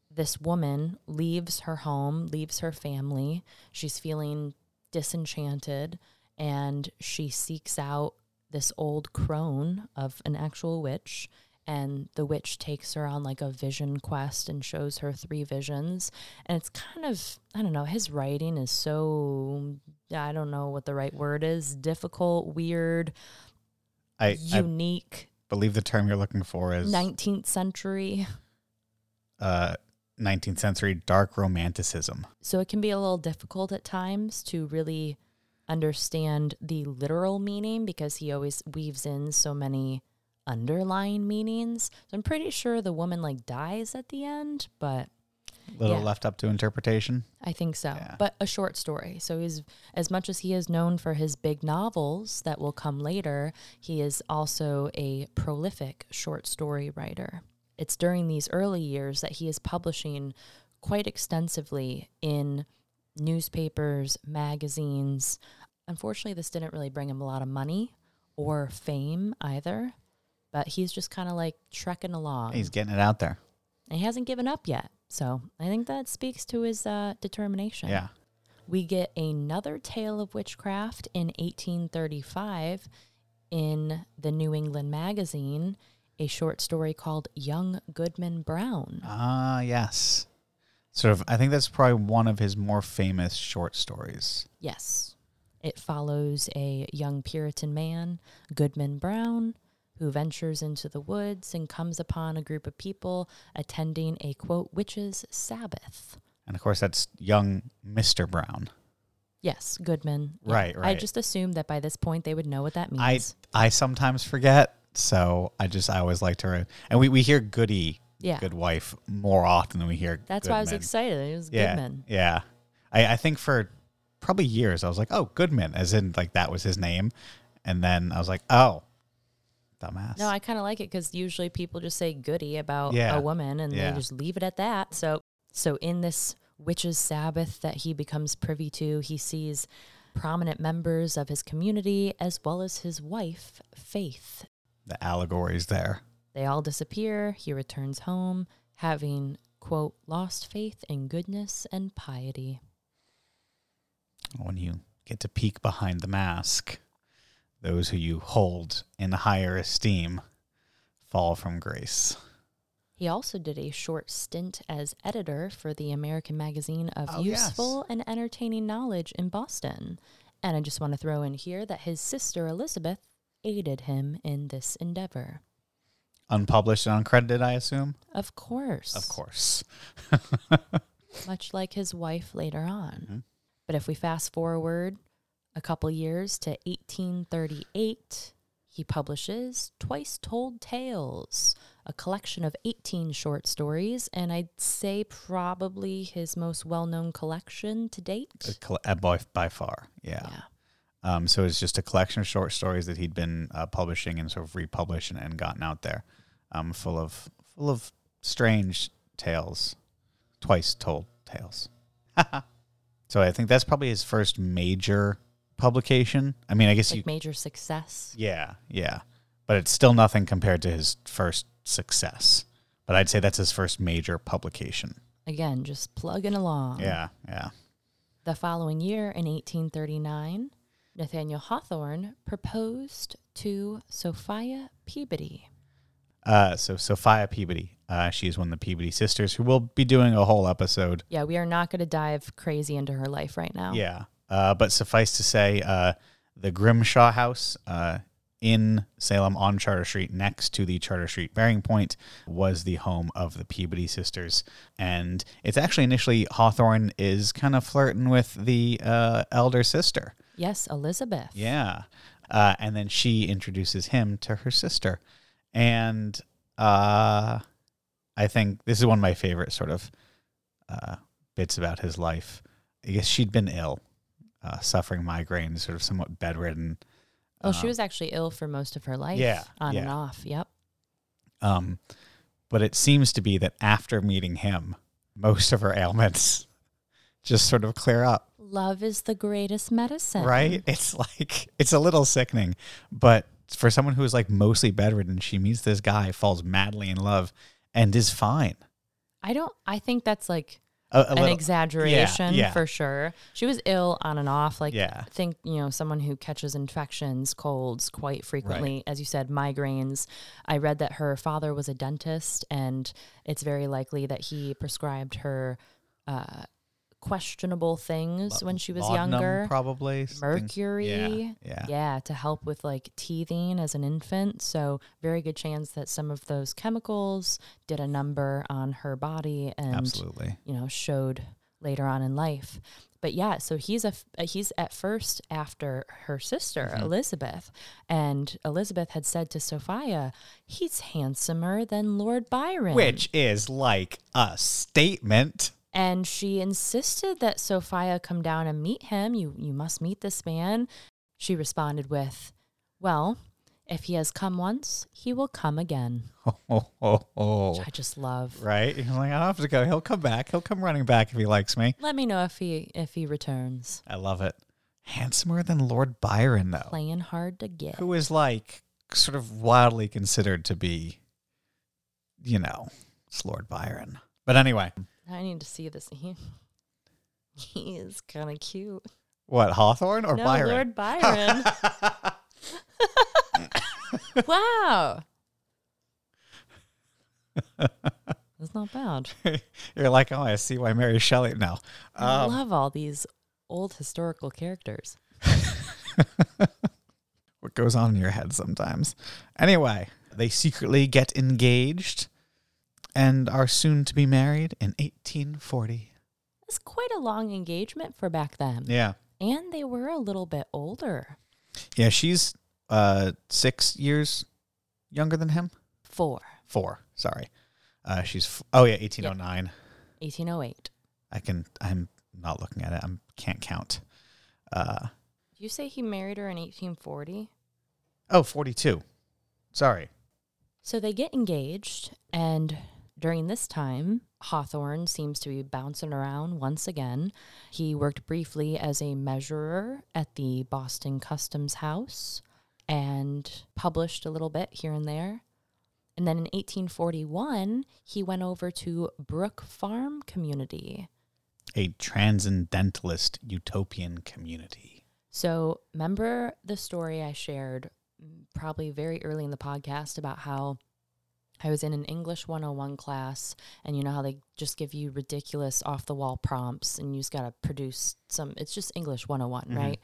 this woman leaves her home, leaves her family. She's feeling disenchanted and she seeks out this old crone of an actual witch. And the witch takes her on like a vision quest and shows her three visions. And it's kind of, I don't know, his writing is so, I don't know what the right word is difficult, weird,
I, I
unique,
believe the term you're looking for is
19th century.
uh, 19th century dark romanticism.
So it can be a little difficult at times to really understand the literal meaning because he always weaves in so many underlying meanings. So I'm pretty sure the woman like dies at the end, but
Little
Yeah.
left up to interpretation.
I think so.
Yeah.
But a short story. So he's as much as he is known for his big novels that will come later, he is also a prolific short story writer. It's during these early years that he is publishing quite extensively in newspapers, magazines. Unfortunately, this didn't really bring him a lot of money or fame either, but he's just kind of like trekking along.
He's getting it out there.
and he hasn't given up yet. So I think that speaks to his uh, determination.
Yeah.
We get another tale of witchcraft in 1835 in the New England Magazine, a short story called Young Goodman Brown.
Ah, yes. Sort of. I think that's probably one of his more famous short stories.
Yes. It follows a young Puritan man, Goodman Brown, who ventures into the woods and comes upon a group of people attending a quote, witches' Sabbath.
And of course, that's young Mister Brown.
Yes, Goodman. Yeah.
Right,
I
right.
just assumed that by this point they would know what that
I
means.
I sometimes forget, so I just I always like to. Re- and we we hear Goody,
yeah.
Good Wife, more often than we hear.
That's why I was
Goodman.
excited. It was
Yeah,
Goodman.
yeah. I I think for probably years I was like, oh Goodman, as in like that was his name, and then I was like, oh, dumbass.
No, I kind of like it because usually people just say goody about
Yeah.
a woman and
Yeah.
they just leave it at that. So, so in this witch's Sabbath that he becomes privy to, he sees prominent members of his community as well as his wife, Faith.
the allegories there.
They all disappear. He returns home having, quote, lost faith in goodness and piety.
when you get to peek behind the mask, those who you hold in higher esteem fall from grace.
He also did a short stint as editor for the American Magazine of
Oh, yes.
Useful and Entertaining Knowledge in Boston. And I just want to throw in here that his sister Elizabeth aided him in this endeavor.
Unpublished and uncredited, I assume?
Of course.
Of course.
Much like his wife later on.
Mhm.
But if we fast forward a couple years to 1838, he publishes Twice Told Tales, a collection of 18 short stories, and I'd say probably his most well known collection to
A
date.
coll- uh, by, by far, yeah. Um, so it's just a collection of short stories that he'd been uh, publishing and sort of republished and, and gotten out there, um, full of full of strange tales, twice told tales. so I think that's probably his first major publication. I mean, I guess you
Like major success.
Yeah, yeah. But it's still nothing compared to his first success. But I'd say that's his first major publication.
Again, just plugging along.
Yeah, yeah.
The following year, in 1839, Nathaniel Hawthorne proposed to Sophia Peabody.
Uh, so Sophia Peabody, uh, she's one of the Peabody sisters who will be doing a whole episode.
Yeah, we are not going to dive crazy into her life right now.
Yeah. Uh, but suffice to say, uh, the Grimshaw House uh, in Salem on Charter Street, next to the Charter Street bearing point, was the home of the Peabody sisters. And it's actually initially Hawthorne is kind of flirting with the uh, elder sister.
Yes, Elizabeth.
Yeah. Uh, and then she introduces him to her sister. And uh, I think this is one of my favorite sort of uh, bits about his life. I guess she'd been ill, uh, suffering migraines, sort of somewhat bedridden.
Oh, she
Uh,
was actually ill for most of her life.
Yeah,
On
yeah.
and off. Yep.
Um, but it seems to be that after meeting him, most of her ailments just sort of clear up.
Love is the greatest medicine.
Right? It's like it's a little sickening, but for someone who is like mostly bedridden, she meets this guy, falls madly in love, and is fine.
I don't, I think that's like
A, a
an
little,
exaggeration
yeah.
for sure. She was ill on and off. Like,
Yeah.
think, you know, someone who catches infections, colds quite frequently, as you said, migraines. I read that her father was a dentist, and it's very likely that he prescribed her uh, questionable things when she was
Laudanum,
younger.
probably something-
mercury.
Yeah, yeah.
to help with like teething as an infant. So, very good chance that some of those chemicals did a number on her body and,
Absolutely.
you know, showed later on in life. But yeah, so he's a f- uh, he's at first after her sister
Mm-hmm.
Elizabeth, and Elizabeth had said to Sophia, "He's handsomer than Lord Byron,"
Which is like a statement.
and she insisted that Sophia come down and meet him. You you must meet this man. She responded with, "Well, if he has come once, he will come again."
Oh, oh, oh.
Which I just love.
Right? You're like, I don't have to go. He'll come back. He'll come running back if he likes me.
Let me know if he if he returns.
I love it. Handsomer than Lord Byron, though,
Playing hard to get.
who is like sort of wildly considered to be, you know, it's Lord Byron. But anyway,
I need to see this. He, he is kind of cute.
what, Hawthorne or
no,
Byron?
Lord Byron. wow. That's not bad.
You're like, oh, I see why Mary Shelley. No.
I
Um,
love all these old historical characters.
what goes on in your head sometimes. Anyway, they secretly get engaged and are soon to be married in 1840.
It's quite a long engagement for back then.
Yeah.
And they were a little bit older.
Yeah, she's uh, six years younger than him.
Four.
Four, sorry. Uh, she's, f- oh, yeah, 1809.
1808.
I can, I'm not looking at it. I am can't count. Uh,
Did you say he married her in 1840?
oh, 42. Sorry.
So they get engaged, and during this time, Hawthorne seems to be bouncing around once again. He worked briefly as a measurer at the Boston Customs House and published a little bit here and there. And then in 1841, he went over to Brook Farm Community.
A transcendentalist utopian community.
So, remember the story I shared mm, probably very early in the podcast about how I was in an English 101 class, and you know how they just give you ridiculous off the wall prompts, and you just got to produce some, it's just English 101, right?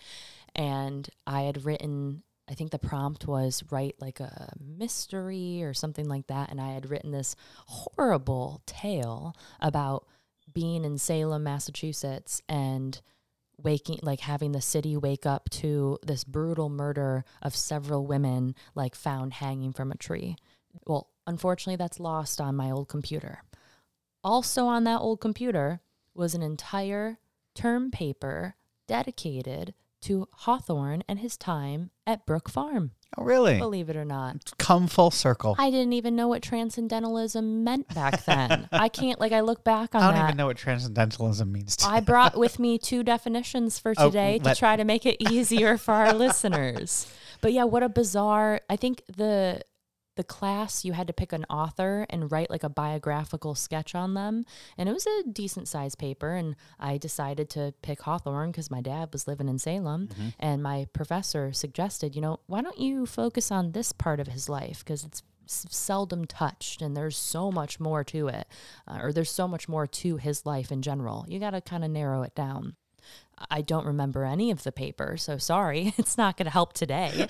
And I had written, I think the prompt was write like a mystery or something like that. And I had written this horrible tale about being in Salem, Massachusetts, and waking like having the city wake up to this brutal murder of several women like found hanging from a tree. Well, unfortunately that's lost on my old computer. Also on that old computer was an entire term paper dedicated to Hawthorne and his time at Brook Farm.
Oh, really?
Believe it or not.
Come full circle.
I didn't even know what transcendentalism meant back then. I can't like I look back on
I don't
that
even know what transcendentalism means. To
I brought with me two definitions for
Oh,
today
let-
to try to make it easier for our listeners. But yeah, what a bizarre. I think the the class you had to pick an author and write like a biographical sketch on them, and it was a decent sized paper and I decided to pick Hawthorne cuz my dad was living in Salem
Mm-hmm.
and my professor suggested, you know, why don't you focus on this part of his life cuz it's s- seldom touched and there's so much more to it uh, or there's so much more to his life in general you got to kind of narrow it down i don't remember any of the paper so sorry it's not going to help today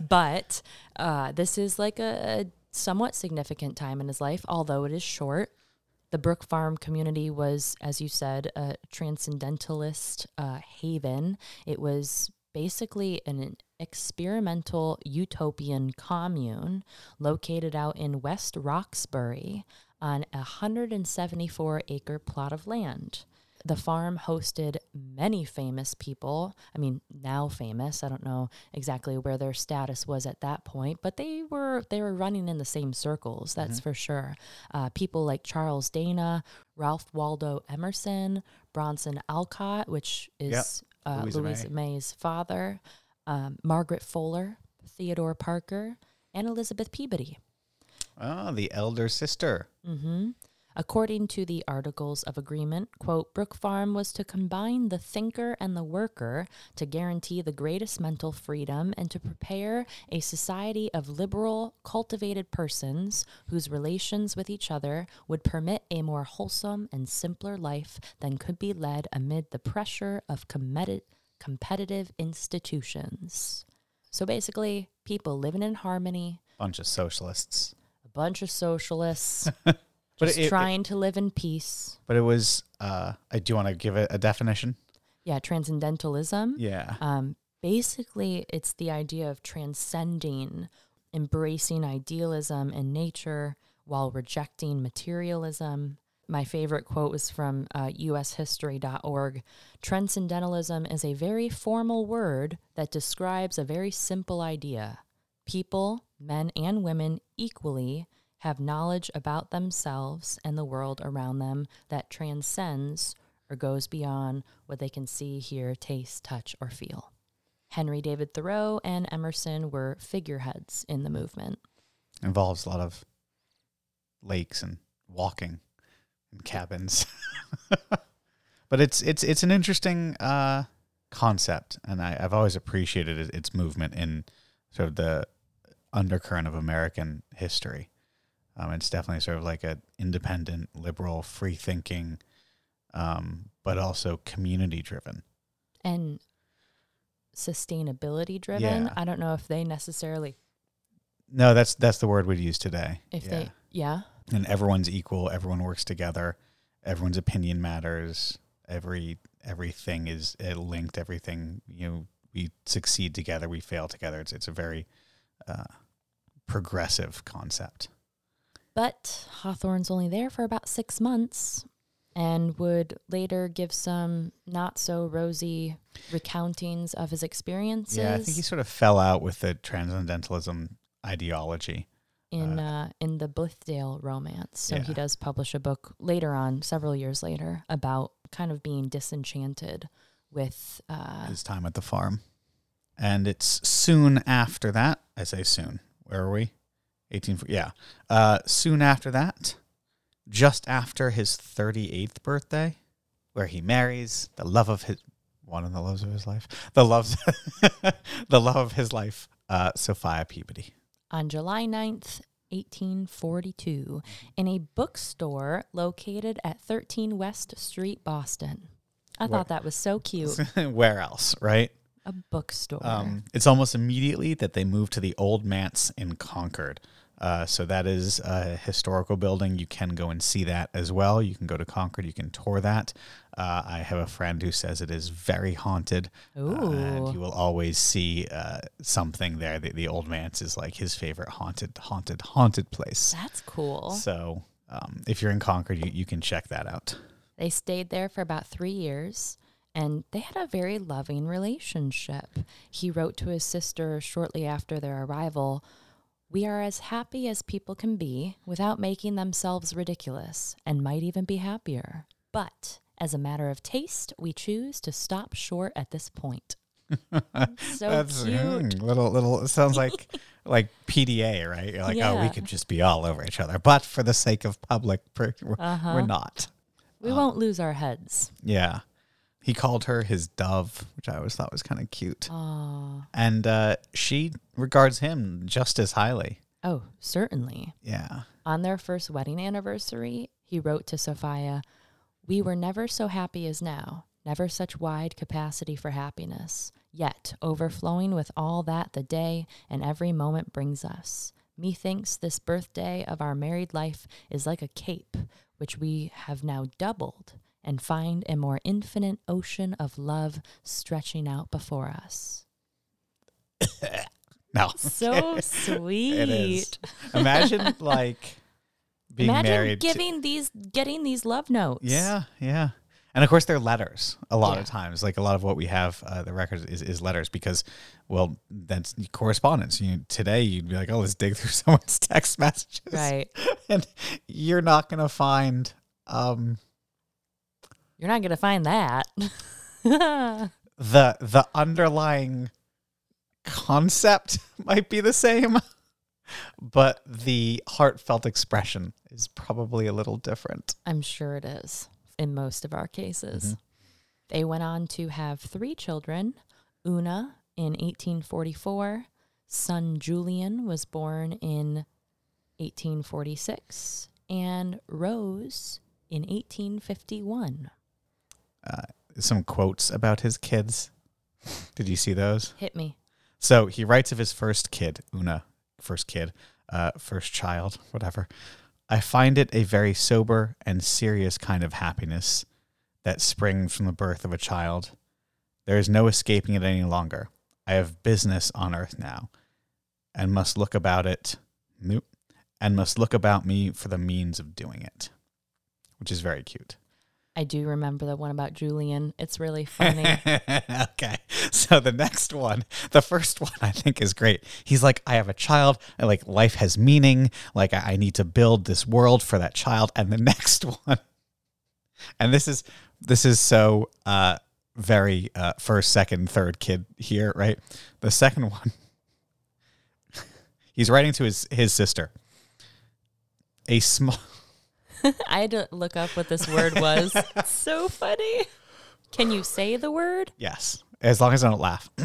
but uh, this is like a somewhat significant time in his life although it is short the Brook Farm community was, as you said, a transcendentalist uh, haven. It was basically an experimental utopian commune located out in West Roxbury on a 174 acre plot of land. The farm hosted many famous people. I mean, now famous. I don't know exactly where their status was at that point, but they were they were running in the same circles. That's for sure. Uh, people like Charles Dana, Ralph Waldo Emerson, Bronson Alcott, which is uh,
Louisa
Louisa, May's father, um, Margaret Fuller, Theodore Parker, and Elizabeth Peabody.
Oh, the elder sister.
hmm According to the Articles of Agreement, quote, Brook Farm was to combine the thinker and the worker to guarantee the greatest mental freedom and to prepare a society of liberal, cultivated persons whose relations with each other would permit a more wholesome and simpler life than could be led amid the pressure of comedi- competitive institutions. So basically, people living in harmony,
Bunch of socialists.
a bunch of socialists
But
Just
it- it-
trying to live in peace.
But it was. Uh, I do want to give it a definition.
Yeah, transcendentalism.
Yeah.
Um, basically, it's the idea of transcending, embracing idealism and nature while rejecting materialism. My favorite quote was from uh, ushistory.org. Transcendentalism is a very formal word that describes a very simple idea. People, men and women, equally have knowledge about themselves and the world around them that transcends or goes beyond what they can see, hear, taste, touch, or feel. Henry David Thoreau and Emerson were figureheads in the movement.
Involves a lot of lakes and walking and cabins. but it's it's it's an interesting uh, concept, and I, I've always appreciated it, its movement in sort of the undercurrent of American history. Um, it's definitely sort of like an independent, liberal, free thinking, um, but also community driven.
And sustainability driven,
Yeah.
I don't know if they necessarily,
No, that's that's the word we'd use today.
if
Yeah.
they, yeah,
and everyone's equal everyone works together everyone's opinion matters every everything is uh, linked everything you know we succeed together we fail together it's it's a very uh, progressive concept
But Hawthorne's only there for about six months and would later give some not so rosy recountings of his experiences
yeah i think he sort of fell out with the transcendentalism ideology
in uh, in the Blithedale romance. So
Yeah.
he does publish a book later on, several years later, about kind of being disenchanted with uh,
his time at the farm and it's soon after that i say soon where are we 18 yeah uh, soon after that just after his 38th birthday where he marries the love of his one of the loves of his life the loves the love of his life uh, sophia peabody
on July 9th, 1842, in a bookstore located at 13 West Street, Boston. I
Where-
thought that was so cute.
where else right
A bookstore.
Um, it's almost immediately that they moved to the Old Manse in Concord. Uh, so that is a historical building. You can go and see that as well. You can go to Concord. You can tour that. Uh, I have a friend who says it is very haunted, uh, and
Ooh.
you will always see uh, something there. The, the Old Manse is like his favorite haunted, haunted, haunted place.
That's cool.
So um, if you're in Concord, you, you can check that out.
They stayed there for about three years and they had a very loving relationship. He wrote to his sister shortly after their arrival We are as happy as people can be without making themselves ridiculous and might even be happier. But as a matter of taste, we choose to stop short at this point. so cute.
mm, little little. It sounds like like PDA, right? You're like, oh, we
Yeah.
could just be all over each other, but for the sake of public, per- we're,
Uh-huh.
we're not.
We won't lose our heads.
Yeah, he called her his dove, which I always thought was kind of cute,
Aw.
and uh, she regards him just as highly.
oh, certainly.
Yeah,
On their first wedding anniversary, he wrote to Sophia, We were never so happy as now, never such wide capacity for happiness. Yet, overflowing with all that the day and every moment brings us. Methinks this birthday of our married life is like a cape, which we have now doubled, and find a more infinite ocean of love stretching out before us.
no,
So sweet.
it is. Imagine like being
Imagine
married. to-
giving these, getting these love notes.
Yeah, yeah. And of course, they're letters a lot of
Yeah.
times. Like a lot of what we have, uh, the records is, is letters because, well, that's correspondence. You Today, you'd be like, oh, let's dig through someone's text messages.
Right.
And you're not going to find um,
You're not going to find that. yeah.
the the underlying concept might be the same, but the heartfelt expression is probably a little different.
I'm sure it is in most of our cases. They went on to have three children Una in 1844, son Julian was born in 1846, and Rose in 1851.
Some quotes about his kids. Did you see those?
Hit me.
So he writes of his first kid, Una, first kid, uh, first child, whatever. I find it a very sober and serious kind of happiness that springs from the birth of a child. There is no escaping it any longer. I have business on earth now and must look about it nope, and must look about me for the means of doing it. Which is very cute.
I do remember the one about Julian. It's really funny.
okay. So the next one, the first one I think is great. He's like, I have a child, and like life has meaning, like I I need to build this world for that child. And the next one and this is this is so uh very uh first, second, third kid here, right? The second one he's writing to his his sister. A small
I had to look up what this word was. It's so funny. Can you say the word?
Yes, as long as I don't laugh.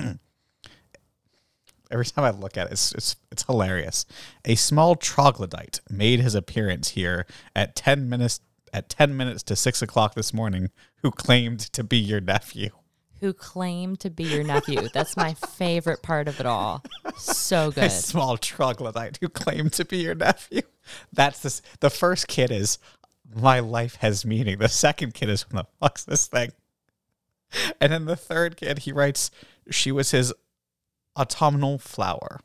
Every time I look at it, it's, it's it's hilarious. A small troglodyte made his appearance here at ten minutes at ten minutes to six o'clock this morning. Who claimed to be your nephew?
Who claimed to be your nephew? That's my favorite part of it all. So
A
good.
small troglodyte who claimed to be your nephew. That's this. The first kid is my life has meaning. The second kid is when the fuck's this thing? And then the third kid, he writes, she was his autumnal flower.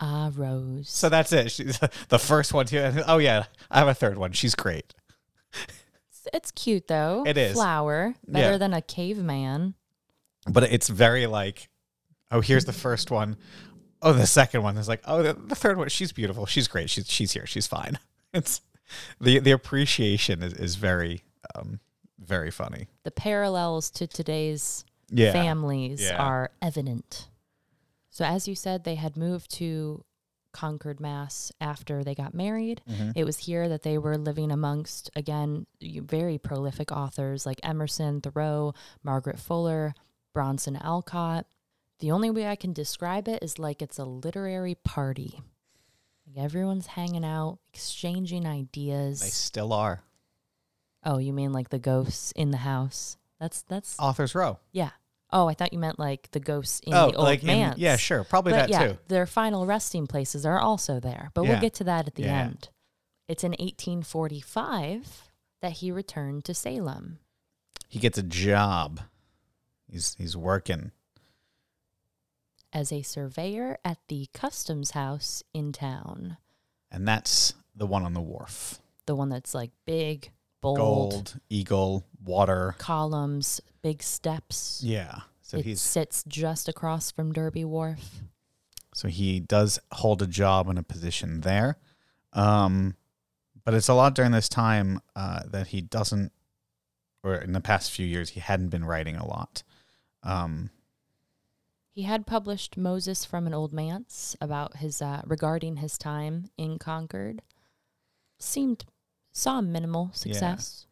Ah, Rose.
So that's it. She's the first one too. Oh yeah, I have a third one. She's great.
It's cute though.
It is.
Flower. Better
Yeah.
than a caveman.
But it's very like, oh, here's the first one. Oh, the second one is like, oh, the, the third one. She's beautiful. She's great. She's she's here. She's fine. It's the the appreciation is, is very um very funny.
The parallels to today's
Yeah.
families
Yeah.
are evident. So, as you said, they had moved to Concord, Mass after they got married.
Mm-hmm.
It was here that they were living amongst, again, you- very prolific authors like Emerson, Thoreau, Margaret Fuller, Bronson Alcott. The only way I can describe it is like it's a literary party. Like everyone's hanging out, exchanging ideas.
They still are.
Oh, you mean like the ghosts in the house? That's that's
Authors Row. Oh,
yeah. Oh, I thought you meant like the ghosts in the old
like in-
manse.
yeah, sure, probably
But
that
yeah,
too.
their final resting places are also there. But
Yeah.
we'll get to that at the
Yeah.
end. It's in 1845 that he returned to Salem.
He gets a job. He's he's working.
As a surveyor at the customs house in town,
and that's the one on the wharf.
the one that's like big, bold
Gold, eagle, water.
columns, big steps.
Yeah. So
it
he's
sits just across from Derby Wharf.
so he does hold a job and a position there. Um but it's a lot during this time uh, that he doesn't or in the past few years he hadn't been writing a lot. Um
He had published Moses from an Old Manse about his uh, regarding his time in Concord. Seemed saw minimal success.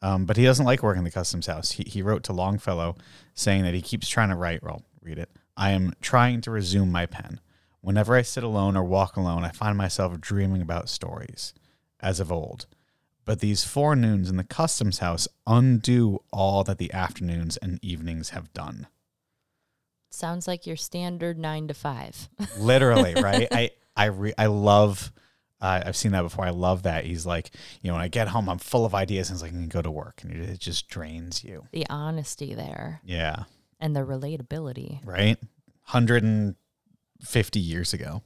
Um, but he doesn't like working the customs house. He, he wrote to Longfellow saying that he keeps trying to write. Well, read it. I am trying to resume my pen. Whenever I sit alone or walk alone, I find myself dreaming about stories as of old. But these forenoons in the customs house undo all that the afternoons and evenings have done.
Sounds like your standard nine to five.
Literally, right? I I re- I love. Uh, I've seen that before. I love that. He's like, you know, when I get home, I'm full of ideas, and it's like, I can go to work, and it just drains you.
the honesty there
Yeah.
and the relatability.
right? 150 years ago.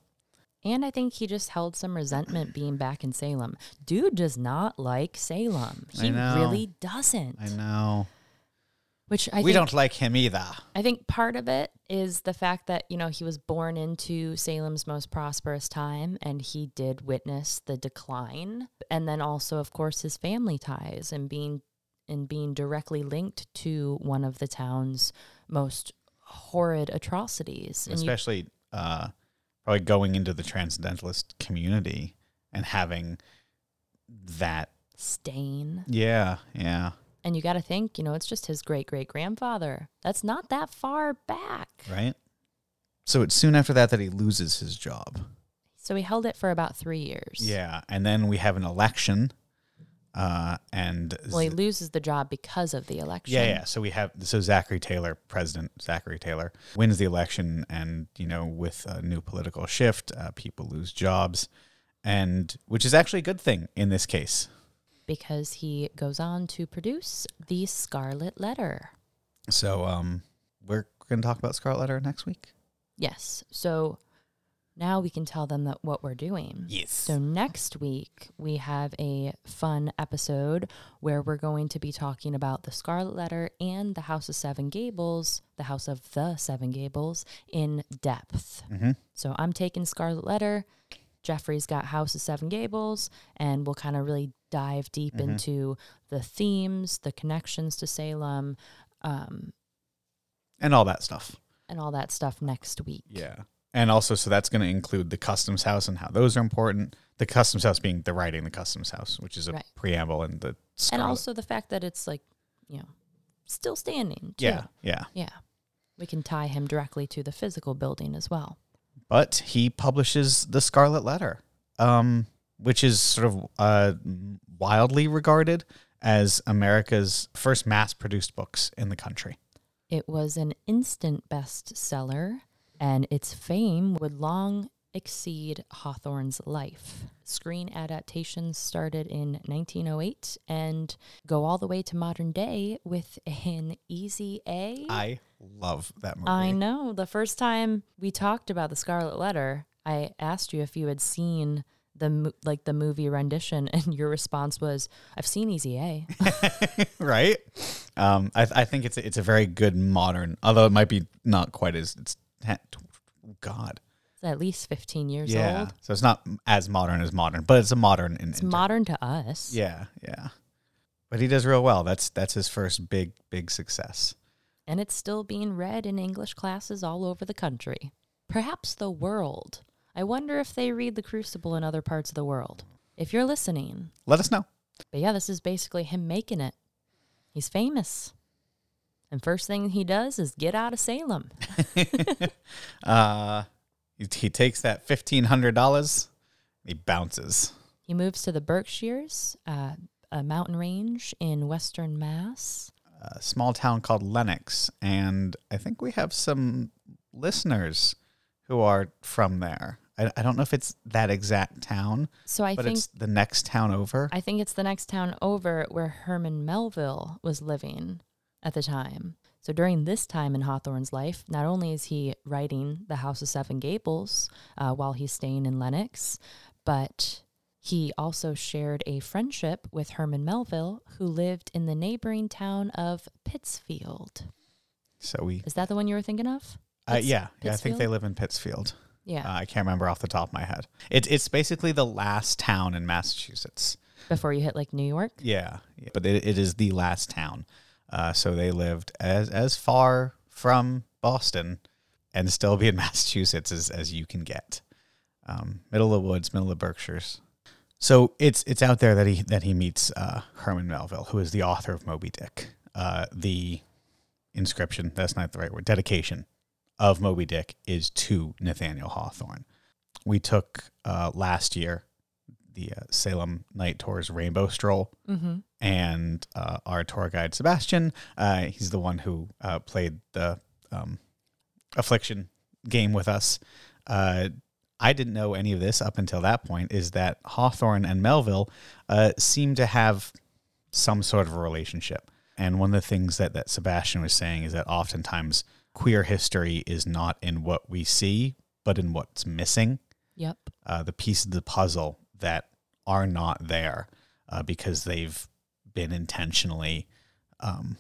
And I think he just held some resentment being back in Salem. Dude does not like Salem.
I
He
know.
really doesn't.
know.
Which I think
we don't like him either.
I think part of it is the fact that, you know, he was born into Salem's most prosperous time and he did witness the decline. And then also, of course, his family ties and being and being directly linked to one of the town's most horrid atrocities. And you,
Especially uh, probably going into the transcendentalist community and having that.
stain.
Yeah, yeah,
And you gotta think, you know, it's just his great great grandfather. That's not that far back.
right? So it's soon after that that he loses his job.
So he held it for about three years.
Yeah, and then we have an election. Uh, and
Well, he loses the job because of the election.
Yeah, yeah. So we have so Zachary Taylor, President Zachary Taylor, wins the election, and you know, with a new political shift, uh, people lose jobs, and which is actually a good thing in this case.
because he goes on to produce The Scarlet Letter.
So um, we're going to talk about Scarlet Letter next week.
Yes. So now we can tell them that what we're doing.
Yes.
So next week we have a fun episode where we're going to be talking about the Scarlet Letter and the House of Seven Gables, the House of the Seven Gables in depth.
Mhm.
So I'm taking Scarlet Letter, Jeffrey's got House of Seven Gables, and we'll kind of really dive deep
Mm-hmm.
into the themes, the connections to Salem, um,
and all that stuff.
and all that stuff next week.
Yeah. And also, so that's going to include the customs house and how those are important. The customs house being the writing, the customs house, which is a
Right.
preamble and the
and
Scarlet.
also the fact that it's like you know still standing too.
yeah, yeah.
yeah we can tie him directly to the physical building as well
But he publishes the Scarlet Letter, um, which is sort of uh, wildly regarded as America's first mass-produced books in the country.
it was an instant bestseller and its fame would long exceed hawthorne's life screen adaptations started in 1908 and go all the way to modern day with an easy a
I love that movie.
I know. The first time we talked about the Scarlet Letter, I asked you if you had seen the mo- like the movie rendition, and your response was, "I've seen Easy A."
right? Um, I, I think it's a, it's a very good modern, although it might be not quite as it's oh God.
it's at least fifteen years old.
So it's not as modern as modern, but it's a modern. In,
It's
in-
modern to us.
yeah, yeah. But he does real well. That's that's his first big big success.
and it's still being read in English classes all over the country, perhaps the world. I wonder if they read The Crucible in other parts of the world. If you're listening,
Let us know.
But yeah, this is basically him making it. He's famous. And first thing he does is get out of Salem.
Uh, he, he takes that fifteen hundred dollars. He bounces.
He moves to the Berkshires, uh, a mountain range in western Mass.
A small town called Lenox, and I think we have some listeners who are from there. I, I don't know if it's that exact town,
So I
but
think
it's the next town over.
I think it's the next town over where Herman Melville was living at the time. So during this time in Hawthorne's life, not only is he writing The House of Seven Gables uh, while he's staying in Lenox, but he also shared a friendship with Herman Melville, who lived in the neighboring town of Pittsfield.
so we,
Is that the one you were thinking of?
uh,
Pitts-
yeah, yeah, I think they
Pittsfield?
live in Pittsfield.
Yeah,
Uh, I can't remember off the top of my head. It, it's basically the last town in Massachusetts.
before you hit like New York.
Yeah, yeah. but it, it is the last town. Uh, so they lived as as far from Boston and still be in Massachusetts as, as you can get. Um, middle of woods, middle of Berkshires. So it's it's out there that he that he meets uh, Herman Melville, who is the author of Moby Dick, uh, the inscription. That's not the right word. Dedication of Moby Dick is to Nathaniel Hawthorne. We took uh, last year the uh, Salem Night Tours Rainbow Stroll,
Mm-hmm.
and uh, our tour guide Sebastian. Uh, he's the one who uh, played the um, affliction game with us. Uh, I didn't know any of this up until that point. Is that Hawthorne and Melville uh, seem to have some sort of a relationship? And one of the things that, that Sebastian was saying is that oftentimes queer history is not in what we see, but in what's missing
Yep.
uh, the pieces of the puzzle that are not there uh, because they've been intentionally um,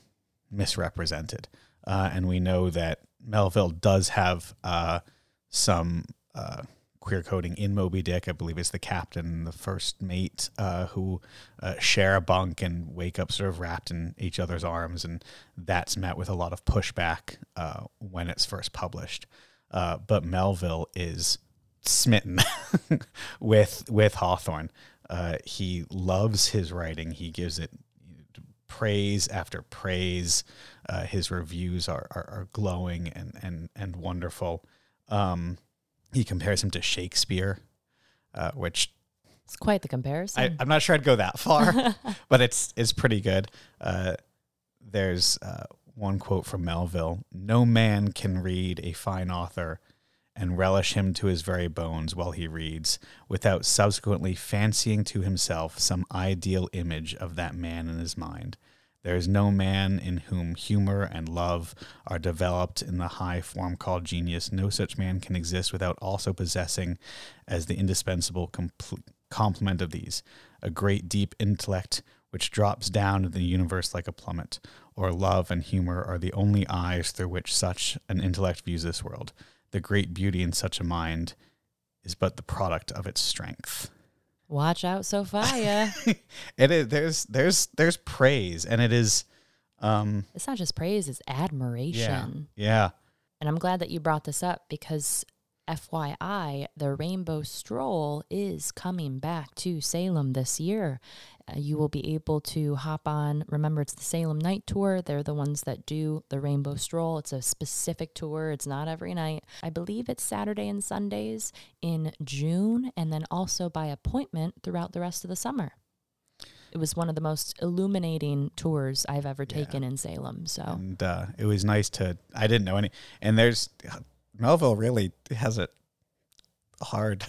misrepresented. Uh, and we know that Melville does have uh, some uh, queer coding in Moby Dick. I believe it's the captain, and the first mate, uh, who uh, share a bunk and wake up sort of wrapped in each other's arms. And that's met with a lot of pushback uh, when it's first published. Uh, but Melville is smitten with with Hawthorne. Uh, he loves his writing. He gives it praise after praise. Uh, his reviews are, are, are glowing and, and, and wonderful. Um, he compares him to Shakespeare, uh, which
It's quite the comparison.
I, I'm not sure I'd go that far, but it's it's pretty good. Uh, there's uh, one quote from Melville: "No man can read a fine author and relish him to his very bones while he reads, without subsequently fancying to himself some ideal image of that man in his mind. There is no man in whom humor and love are developed in the high form called genius. No such man can exist without also possessing, as the indispensable comple- complement of these, a great deep intellect which drops down to the universe like a plummet. Or love and humor are the only eyes through which such an intellect views this world. The great beauty in such a mind is but the product of its strength.
Watch out, Sophia.
It is there's there's there's praise, and it is, um,
it's not just praise, it's admiration.
yeah, yeah.
And I'm glad that you brought this up because, FYI, the Rainbow Stroll is coming back to Salem this year. Uh, you will be able to hop on. Remember, it's the Salem Night Tour. They're the ones that do the Rainbow Stroll. It's a specific tour, it's not every night. I believe it's Saturday and Sundays in June, and then also by appointment throughout the rest of the summer. It was one of the most illuminating tours I've ever taken in Salem. So
and uh, it was nice to i didn't know any and there's melville really has it hard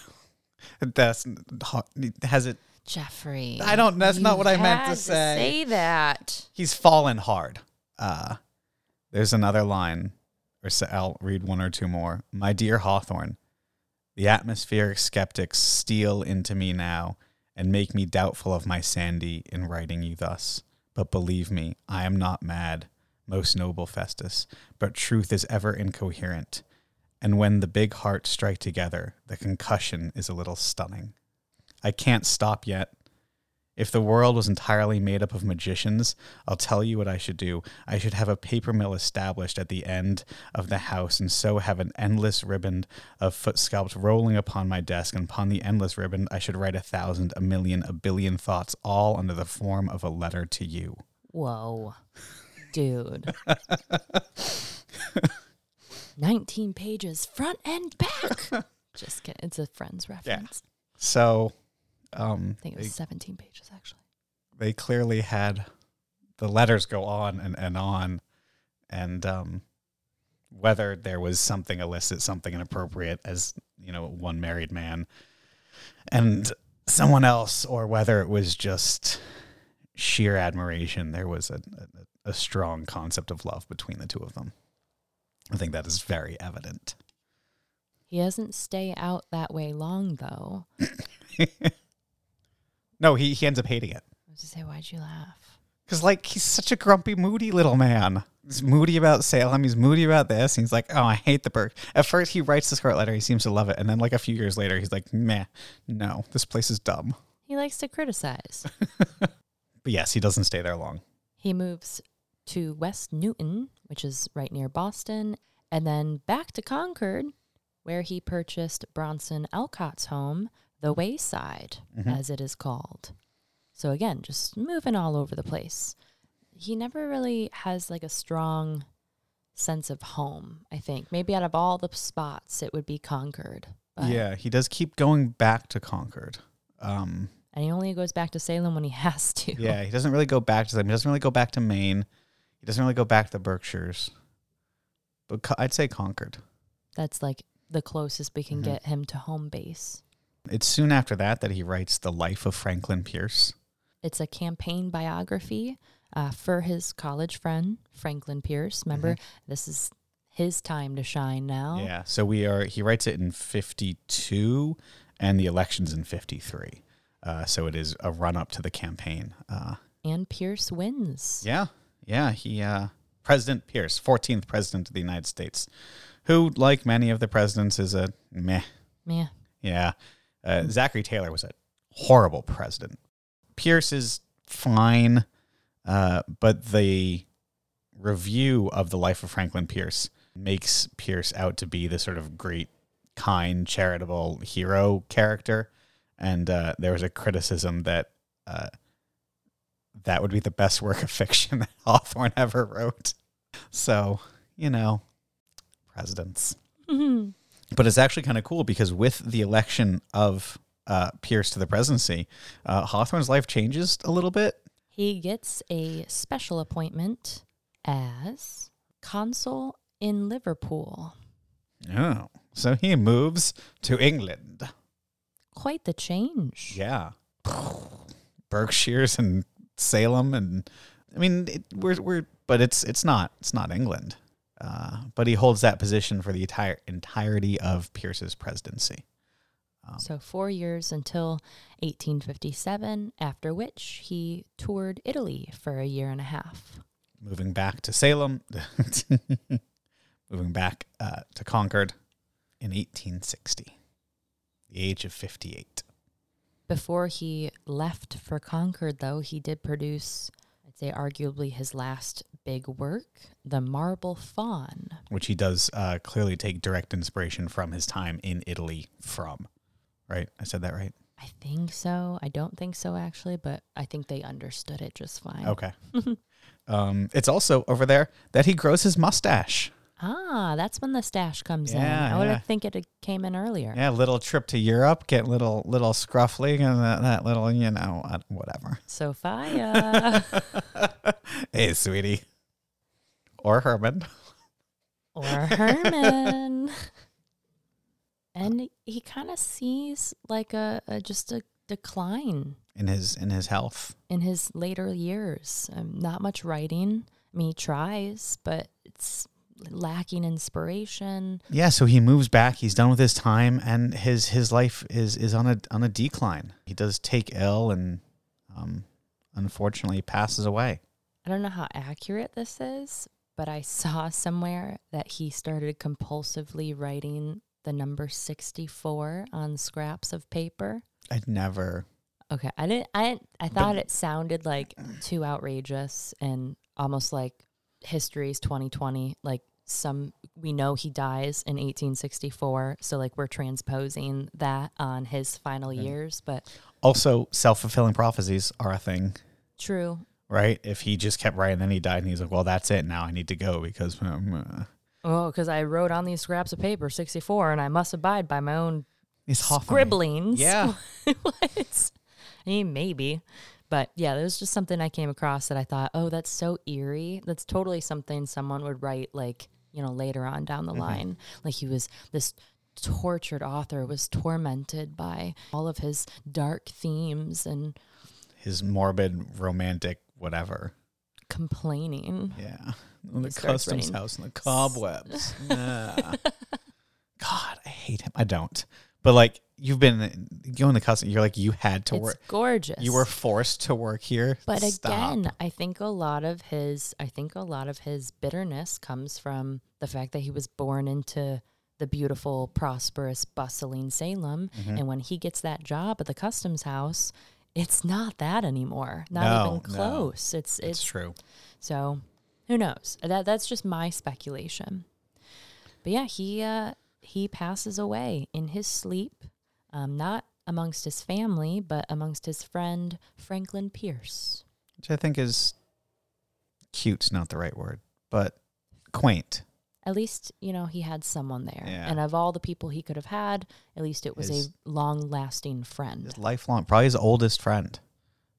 that's hard- has it
Jeffrey.
I don't- that's not
you
what I meant to
had
say.
Say that.
he's fallen hard uh there's another line or so i'll read one or two more my dear hawthorne the atmospheric skeptics steal into me now and make me doubtful of my sandy in writing you thus but believe me i am not mad most noble festus but truth is ever incoherent and when the big hearts strike together, the concussion is a little stunning. I can't stop yet. If the world was entirely made up of magicians, I'll tell you what I should do. I should have a paper mill established at the end of the house and so have an endless ribbon of foot sculpts rolling upon my desk. And upon the endless ribbon, I should write a thousand, a million, a billion thoughts, all under the form of a letter to you.
Whoa, dude. 19 pages front and back. Just kidding. It's a friend's reference.
So, um,
I think it was 17 pages, actually.
they clearly had the letters go on and, and on and um whether there was something illicit something inappropriate as you know one married man and someone else or whether it was just sheer admiration there was a, a, a strong concept of love between the two of them i think that is very evident
He doesn't stay out that way long, though. I
no he, he ends up hating it
was to say, why'd you laugh?
Cause like he's such a grumpy, moody little man. He's moody about Salem. He's moody about this. And he's like, oh, I hate the Burke. At first, he writes the scarlet letter. He seems to love it, and then like a few years later, he's like, meh, no, this place is dumb.
He likes to criticize.
But yes, he doesn't stay there long.
He moves to West Newton, which is right near Boston, and then back to Concord, where he purchased Bronson Alcott's home, The Wayside,
Mm-hmm.
as it is called. So again, just moving all over the place. He never really has like a strong sense of home, I think. Maybe out of all the spots, it would be Concord. But,
Yeah, he does keep going back to Concord. Um,
And he only goes back to Salem when he has to.
yeah, he doesn't really go back to them. He doesn't really go back to Maine. He doesn't really go back to the Berkshires. But co- I'd say Concord.
That's like the closest we can
Mhm.
get him to home base.
It's soon after that that he writes the Life of Franklin Pierce.
It's a campaign biography uh, for his college friend, Franklin Pierce. Remember, this is his time to shine now.
Yeah. So we are. He writes it in fifty-two, and the elections in fifty-three. Uh, so it is a run up to the campaign. Uh,
And Pierce wins.
yeah. Yeah. He uh, President Pierce, fourteenth president of the United States, who, like many of the presidents, is a meh.
Yeah.
Yeah. Uh, Zachary Taylor was a horrible president. Pierce is fine, uh, but the review of the life of Franklin Pierce makes Pierce out to be this sort of great, kind, charitable hero character. And uh, there was a criticism that uh, that would be the best work of fiction that Hawthorne ever wrote. So, you know, presidents
Mhm.
but it's actually kind of cool because with the election of uh, Pierce to the presidency, uh, Hawthorne's life changes a little bit.
He gets a special appointment as consul in Liverpool.
Oh, so he moves to England.
Quite the change.
Yeah, Berkshires and Salem, and I mean, it, we're we're, but it's it's not it's not England. Uh, but he holds that position for the entire entirety of Pierce's presidency.
So, four years until 1857, after which he toured Italy for a year and a half.
Moving back to Salem, moving back uh, to Concord in 1860, the age of 58.
Before he left for Concord, though, he did produce, I'd say, arguably his last big work, The Marble Faun.
which he does uh, clearly take direct inspiration from his time in Italy from. Right? I said that right?
I think so. I don't think so, actually, but I think they understood it just fine.
Okay. um, it's also over there that he grows his mustache.
Ah, that's when the stash comes in.
Yeah,
I would
yeah.
think it had came in earlier.
Yeah, little trip to Europe, get little little scruffling and that, that little, you know, uh, whatever.
Sophia
Hey, sweetie. Or Herman.
or Herman. and he kind of sees like a, a just a decline
In his in his health.
in his later years. Um, not much writing. I mean, he tries, but it's lacking inspiration.
Yeah, so he moves back. He's done with his time, and his his life is is on a on a decline. He does take ill, and um, unfortunately, passes away.
I don't know how accurate this is, but I saw somewhere that he started compulsively writing the number 64 on scraps of paper.
I'd never.
Okay, I didn't. I didn't- I thought it sounded like too outrageous and almost like history is twenty twenty. Like some, we know he dies in eighteen sixty four, so like we're transposing that on his final years. But
Also, self fulfilling prophecies are a thing,
true,
right? If he just kept writing, then he died, and he's like, "Well, that's it. Now I need to go because." Um, uh,
oh, because I wrote on these scraps of paper sixty four, and I must abide by my own
he's Hoffman.
scribblings.
Yeah.
what? I mean, maybe. But yeah, there was just something I came across that I thought, oh, that's so eerie. That's totally something someone would write, like, you know, later on down
Mm-hmm.
the line. Like, he was this tortured author, was tormented by all of his dark themes and
His morbid, romantic, whatever.
complaining.
Yeah. On the
It starts
customs
raining.
house and the cobwebs. Nah. God, I hate him. I don't. But like you've been going to customs, you're like you had to
It's
work.
gorgeous.
You were forced to work here.
But
Stop.
again, I think a lot of his I think a lot of his bitterness comes from the fact that he was born into the beautiful, prosperous, bustling Salem,
Mm-hmm.
and when he gets that job at the customs house, it's not that anymore. Not
No,
even
no.
close. It's
it's
it's
true.
so who knows? That that's just my speculation. But yeah, he uh, he passes away in his sleep, um, not amongst his family, but amongst his friend Franklin Pierce.
Which I think is cute's not the right word, but quaint.
At least you know he had someone there,
Yeah.
and of all the people he could have had, at least it was
His-
a long-lasting friend.
His lifelong, probably his oldest friend.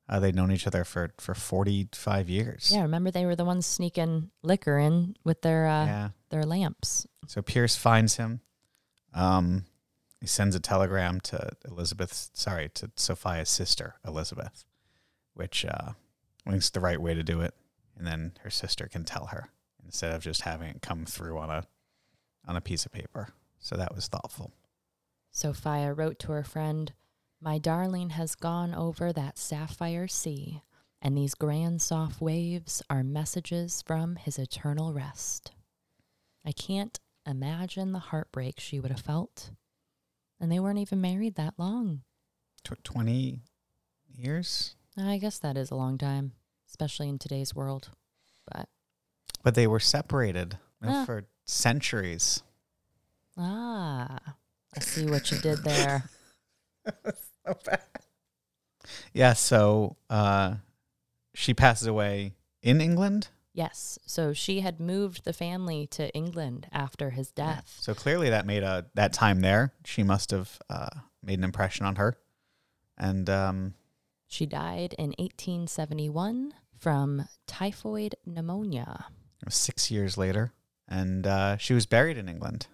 Uh, they'd known each other for for 45 years.
Yeah, remember they were the ones sneaking liquor in with their uh,
yeah.
their lamps.
So Pierce finds him. Um, he sends a telegram to Elizabeth, sorry, to Sophia's sister, Elizabeth, which uh, I think's the right way to do it. And then her sister can tell her instead of just having it come through on a on a piece of paper. So that was thoughtful.
Sophia wrote to her friend, My darling has gone over that sapphire sea, and these grand soft waves are messages from his eternal rest. I can't imagine the heartbreak she would have felt. And they weren't even married that long.
Tw- Twenty years,
I guess that is a long time, especially in today's world. But,
but they were separated you know,
Ah.
for centuries.
ah, I see what you did there.
Yeah. So uh, she passes away in England.
Yes. So she had moved the family to England after his
Yeah.
death.
So clearly, that made a that time there. She must have uh, made an impression on her, and um,
She died in 1871 from typhoid pneumonia.
it was six years later, and uh, she was buried in England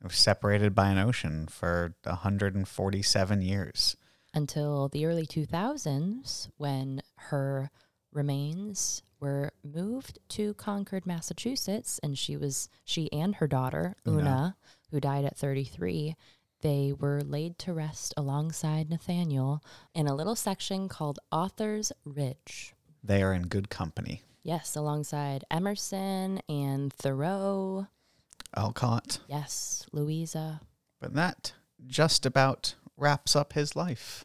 It was separated by an ocean for 147 years.
until the early 2000s when her remains were moved to Concord, Massachusetts and she was she and her daughter
Una.
Una, who died at 33 they were laid to rest alongside Nathaniel in a little section called Author's Ridge.
They are in good company.
Yes, alongside Emerson and Thoreau.
Alcott.
Yes, Louisa.
But that just about wraps up his life.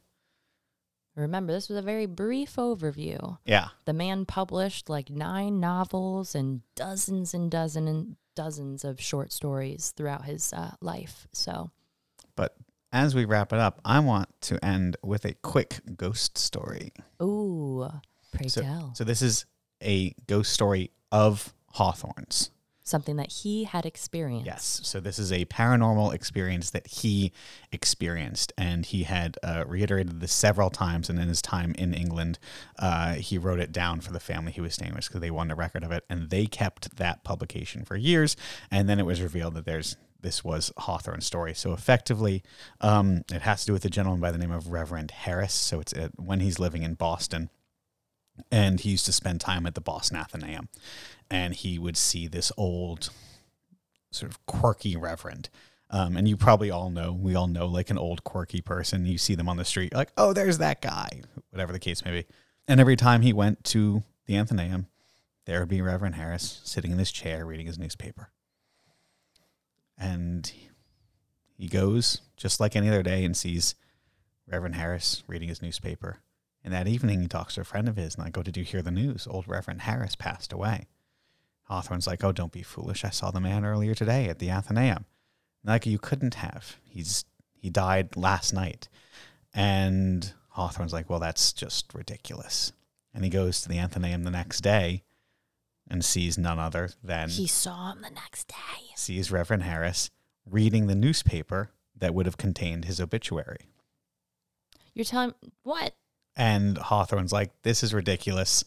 Remember, this was a very brief overview.
Yeah.
The man published like nine novels and dozens and dozens and dozens of short stories throughout his uh, life. So,
But as we wrap it up, I want to end with a quick ghost story.
ooh, pray tell.
So this is a ghost story of Hawthorne's.
Something that he had experienced.
Yes. So this is a paranormal experience that he experienced, and he had uh, reiterated this several times. And in his time in England, uh, he wrote it down for the family he was staying with because they wanted a record of it, and they kept that publication for years. And then it was revealed that there's this was Hawthorne's story. So effectively, um, it has to do with a gentleman by the name of Reverend Harris. So it's uh when he's living in Boston and he used to spend time at the Boston Athenaeum, and he would see this old, sort of quirky reverend. Um, and you probably all know, we all know, like an old quirky person. You see them on the street, like, oh, there's that guy, whatever the case may be. And every time he went to the Athenaeum, there would be Reverend Harris sitting in his chair reading his newspaper. And he goes, just like any other day, and sees Reverend Harris reading his newspaper. And that evening, he talks to a friend of his, and I go, Did you hear the news? Old Reverend Harris passed away. Hawthorne's like, Oh, don't be foolish. I saw the man earlier today at the Athenaeum. And like, you couldn't have. He's He died last night. And Hawthorne's like, Well, that's just ridiculous. And he goes to the Athenaeum the next day and sees none other than
He saw him the next day.
sees Reverend Harris reading the newspaper that would have contained his obituary.
You're telling what?
And Hawthorne's like, this is ridiculous.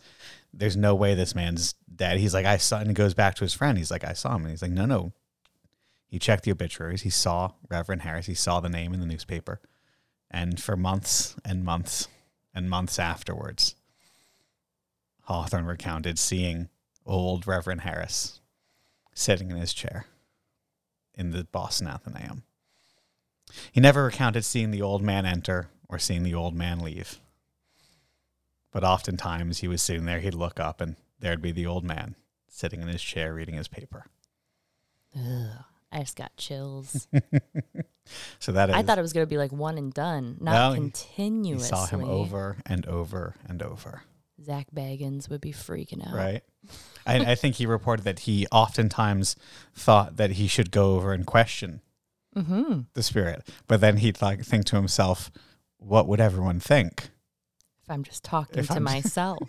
There's no way this man's dead. He's like, I saw, and he goes back to his friend. He's like, I saw him. And he's like, no, no. He checked the obituaries. He saw Reverend Harris. He saw the name in the newspaper. And for months and months and months afterwards, Hawthorne recounted seeing old Reverend Harris sitting in his chair in the Boston Athenaeum. He never recounted seeing the old man enter or seeing the old man leave but oftentimes he was sitting there, he'd look up and there'd be the old man sitting in his chair reading his paper.
Ugh, I just got chills.
So that is,
I thought it was going to be like one and done,
No,
not
he- he he
continuously.
saw him over and over and over,
Zach Baggins would be freaking out.
right? I, I think he reported that he oftentimes thought that he should go over and question
Mm-hmm.
the spirit, but then he'd like think to himself, what would everyone think?
If I'm just talking
If
to
I'm-
myself.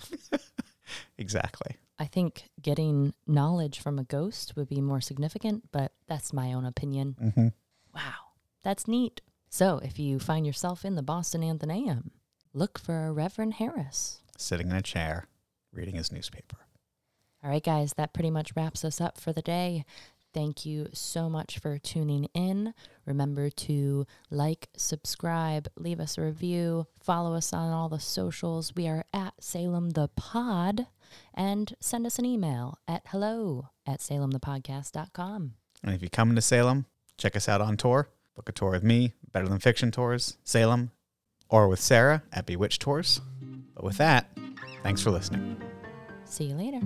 Exactly.
I think getting knowledge from a ghost would be more significant, but that's my own opinion.
hmm
Wow, that's neat. So, if you find yourself in the Boston Athenaeum, look for a Reverend Harris.
Sitting in a chair reading his newspaper.
All right, guys, that pretty much wraps us up for the day. Thank you so much for tuning in. Remember to like, subscribe, leave us a review, follow us on all the socials. We are at Salem the Pod, and send us an email at hello at salemthepodcast.com.
And if you come to Salem, check us out on tour. Book a tour with me, Better Than Fiction Tours, Salem, or with Sarah at Bewitched Tours. But with that, thanks for listening.
See you later.